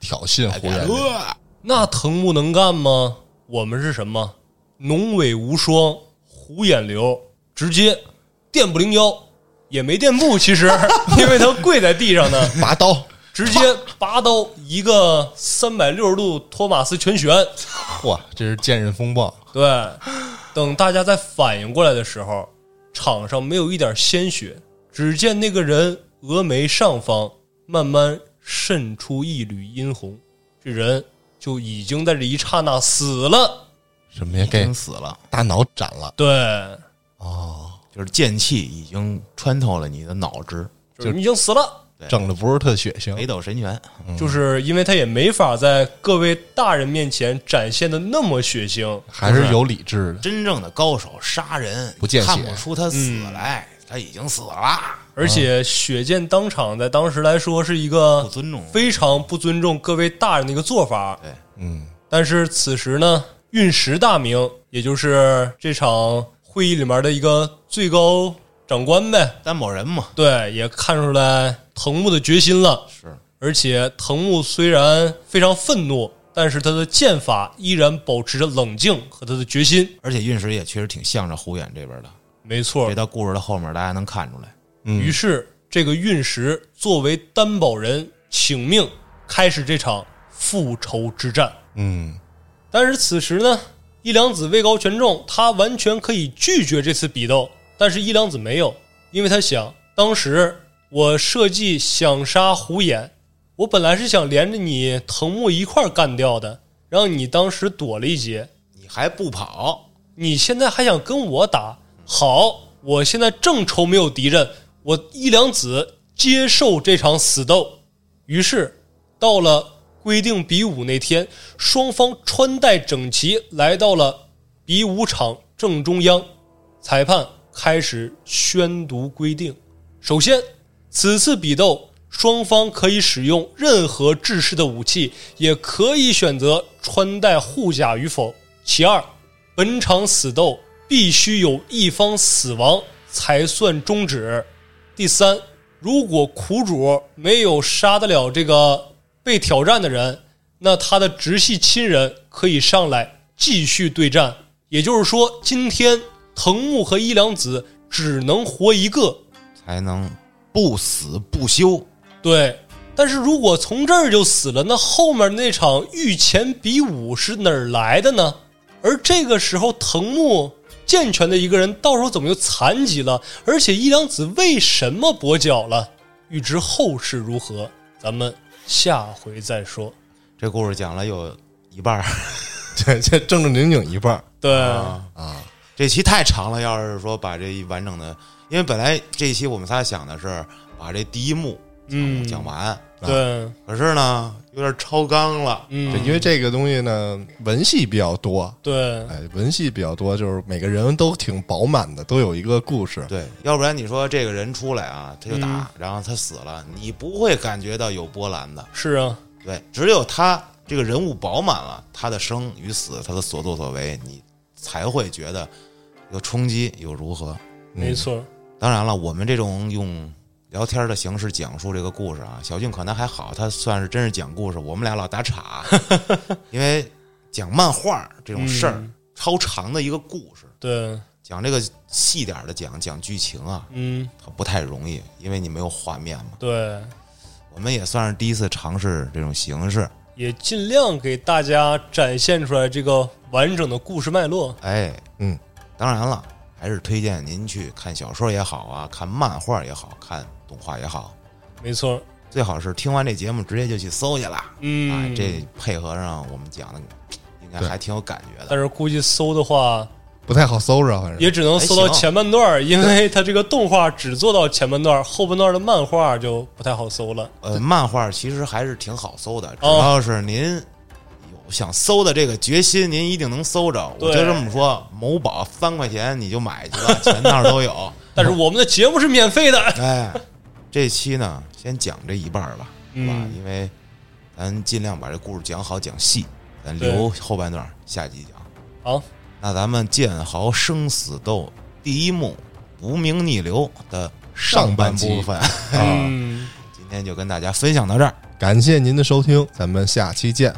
[SPEAKER 5] 挑衅胡
[SPEAKER 3] 哎
[SPEAKER 1] 哎
[SPEAKER 5] 言
[SPEAKER 1] 呃
[SPEAKER 5] 乱语，”
[SPEAKER 1] 那藤木能干吗？我们是什么？浓尾无双，虎眼流，直接电不灵腰，也没垫步。其实， 因为他跪在地上呢。
[SPEAKER 5] 拔刀，
[SPEAKER 1] 直接拔刀一个三百六十度托马斯全旋。
[SPEAKER 5] 嚯，这是剑刃风暴
[SPEAKER 1] 对，等大家再反应过来的时候，场上没有一点鲜血，只见那个人峨眉上方慢慢渗出一缕殷红，这人就已经在这一刹那死了。
[SPEAKER 5] 什么也
[SPEAKER 3] 已
[SPEAKER 5] 给
[SPEAKER 3] 经死了，
[SPEAKER 5] 大脑斩了，
[SPEAKER 1] 对，
[SPEAKER 3] 就是剑气已经穿透了你的脑汁，
[SPEAKER 1] 就是你已经死了。
[SPEAKER 5] 整的不是特血
[SPEAKER 3] 北
[SPEAKER 5] 腥，
[SPEAKER 3] 斗神拳。
[SPEAKER 1] 就是因为他也没法在各位大人面前展现的那么血腥，
[SPEAKER 5] 还是有理智的。
[SPEAKER 3] 真正的高手杀人
[SPEAKER 5] 不见血
[SPEAKER 3] 看不出他死来，他已经死了。
[SPEAKER 1] 而且血溅当场，在当时来说是一个
[SPEAKER 3] 不尊重
[SPEAKER 1] 非常不尊重各位大人的一个做法。
[SPEAKER 3] 对，
[SPEAKER 5] 嗯，
[SPEAKER 1] 但是此时呢，运石大明，也就是这场会议里面的一个最高长官呗，
[SPEAKER 3] 担保人嘛，
[SPEAKER 1] 对，也看出来藤木的决心了。
[SPEAKER 3] 是
[SPEAKER 1] 而且藤木虽然非常愤怒，但是他的剑法依然保持着冷静和他的决心。
[SPEAKER 3] 而且运势也确实挺向着虎眼这边的。
[SPEAKER 1] 没错
[SPEAKER 3] 这，到故事的后面，大家能看出来，
[SPEAKER 1] 于是，这个运石作为担保人，请命开始这场复仇之战。
[SPEAKER 5] 嗯，
[SPEAKER 1] 但是此时呢，伊良子位高权重，他完全可以拒绝这次比斗，但是伊良子没有，因为他想，当时我设计想杀虎眼，我本来是想连着你藤木一块儿干掉的，让你当时躲了一劫。
[SPEAKER 3] 你还不跑，
[SPEAKER 1] 你现在还想跟我打？好，我现在正愁没有敌人，我一良子接受这场死斗。于是，到了规定比武那天，双方穿戴整齐，来到了比武场正中央。裁判开始宣读规定。首先，此次比斗，双方可以使用任何制式的武器，也可以选择穿戴护甲与否。其二，本场死斗必须有一方死亡才算终止。第三，如果苦主没有杀得了这个被挑战的人，那他的直系亲人可以上来继续对战。也就是说，今天藤木和伊良子只能活一个。
[SPEAKER 3] 才能不死不休。
[SPEAKER 1] 对，但是如果从这儿就死了，那后面那场御前比武是哪儿来的呢？而这个时候，藤木健全的一个人，到时候怎么就残疾了？而且伊良子为什么跛脚了？欲知后事如何，咱们下回再说。
[SPEAKER 3] 这故事讲了有一半儿，
[SPEAKER 5] 这这正正经经一半儿，
[SPEAKER 1] 对，
[SPEAKER 3] 这期太长了。要是说把这一完整的，因为本来这一期我们仨想的是把这第一幕
[SPEAKER 1] 嗯，
[SPEAKER 3] 讲完，
[SPEAKER 1] 对，
[SPEAKER 3] 可是呢有点超纲了。
[SPEAKER 5] 对，
[SPEAKER 1] 嗯，
[SPEAKER 5] 因为这个东西呢，文戏比较多，
[SPEAKER 1] 对，
[SPEAKER 5] 哎，文戏比较多，就是每个人都挺饱满的，都有一个故事。
[SPEAKER 3] 对，要不然你说这个人出来啊，他就打，
[SPEAKER 1] 嗯
[SPEAKER 3] 然后他死了，你不会感觉到有波澜的。
[SPEAKER 1] 是啊，
[SPEAKER 3] 对，只有他这个人物饱满了，他的生与死，他的所作所为，你才会觉得有冲击，有如何。
[SPEAKER 1] 没错，
[SPEAKER 3] 当然了，我们这种用聊天的形式讲述这个故事啊，小俊可能还好，他算是真是讲故事，我们俩老打岔，啊因为讲漫画这种事儿、
[SPEAKER 1] 嗯
[SPEAKER 3] 超长的一个故事，
[SPEAKER 1] 对，
[SPEAKER 3] 讲这个细点儿的讲讲剧情啊，
[SPEAKER 1] 嗯，
[SPEAKER 3] 它不太容易，因为你没有画面嘛。
[SPEAKER 1] 对，
[SPEAKER 3] 我们也算是第一次尝试这种形式，
[SPEAKER 1] 也尽量给大家展现出来这个完整的故事脉络。
[SPEAKER 3] 哎，
[SPEAKER 5] 嗯，
[SPEAKER 3] 当然了，还是推荐您去看小说也好啊，看漫画也好看动画也好，
[SPEAKER 1] 没错，
[SPEAKER 3] 最好是听完这节目直接就去搜去了。
[SPEAKER 1] 嗯，
[SPEAKER 3] 啊，这配合上我们讲的，应该还挺有感觉的。
[SPEAKER 1] 但是估计搜的话，
[SPEAKER 5] 不太好搜着，反正
[SPEAKER 1] 也只能搜到前半段儿，因为它这个动画只做到前半段儿，后半段的漫画就不太好搜了。
[SPEAKER 3] 呃，漫画其实还是挺好搜的，只
[SPEAKER 1] 哦
[SPEAKER 3] 要是您有想搜的这个决心，您一定能搜着。我
[SPEAKER 1] 对
[SPEAKER 3] 就这么说，某宝三块钱你就买去 吧，全那儿都有。
[SPEAKER 1] 但是我们的节目是免费的，
[SPEAKER 3] 哎，这期呢，先讲这一半儿吧，是吧？
[SPEAKER 1] 嗯
[SPEAKER 3] 因为咱尽量把这故事讲好讲细，咱
[SPEAKER 1] 对
[SPEAKER 3] 留后半段儿下集讲。
[SPEAKER 1] 好，
[SPEAKER 3] 那咱们《剑豪生死斗》第一幕《无名逆流》的上半部分，
[SPEAKER 1] 嗯，
[SPEAKER 3] 今天就跟大家分享到这儿。
[SPEAKER 5] 感谢您的收听，咱们下期见，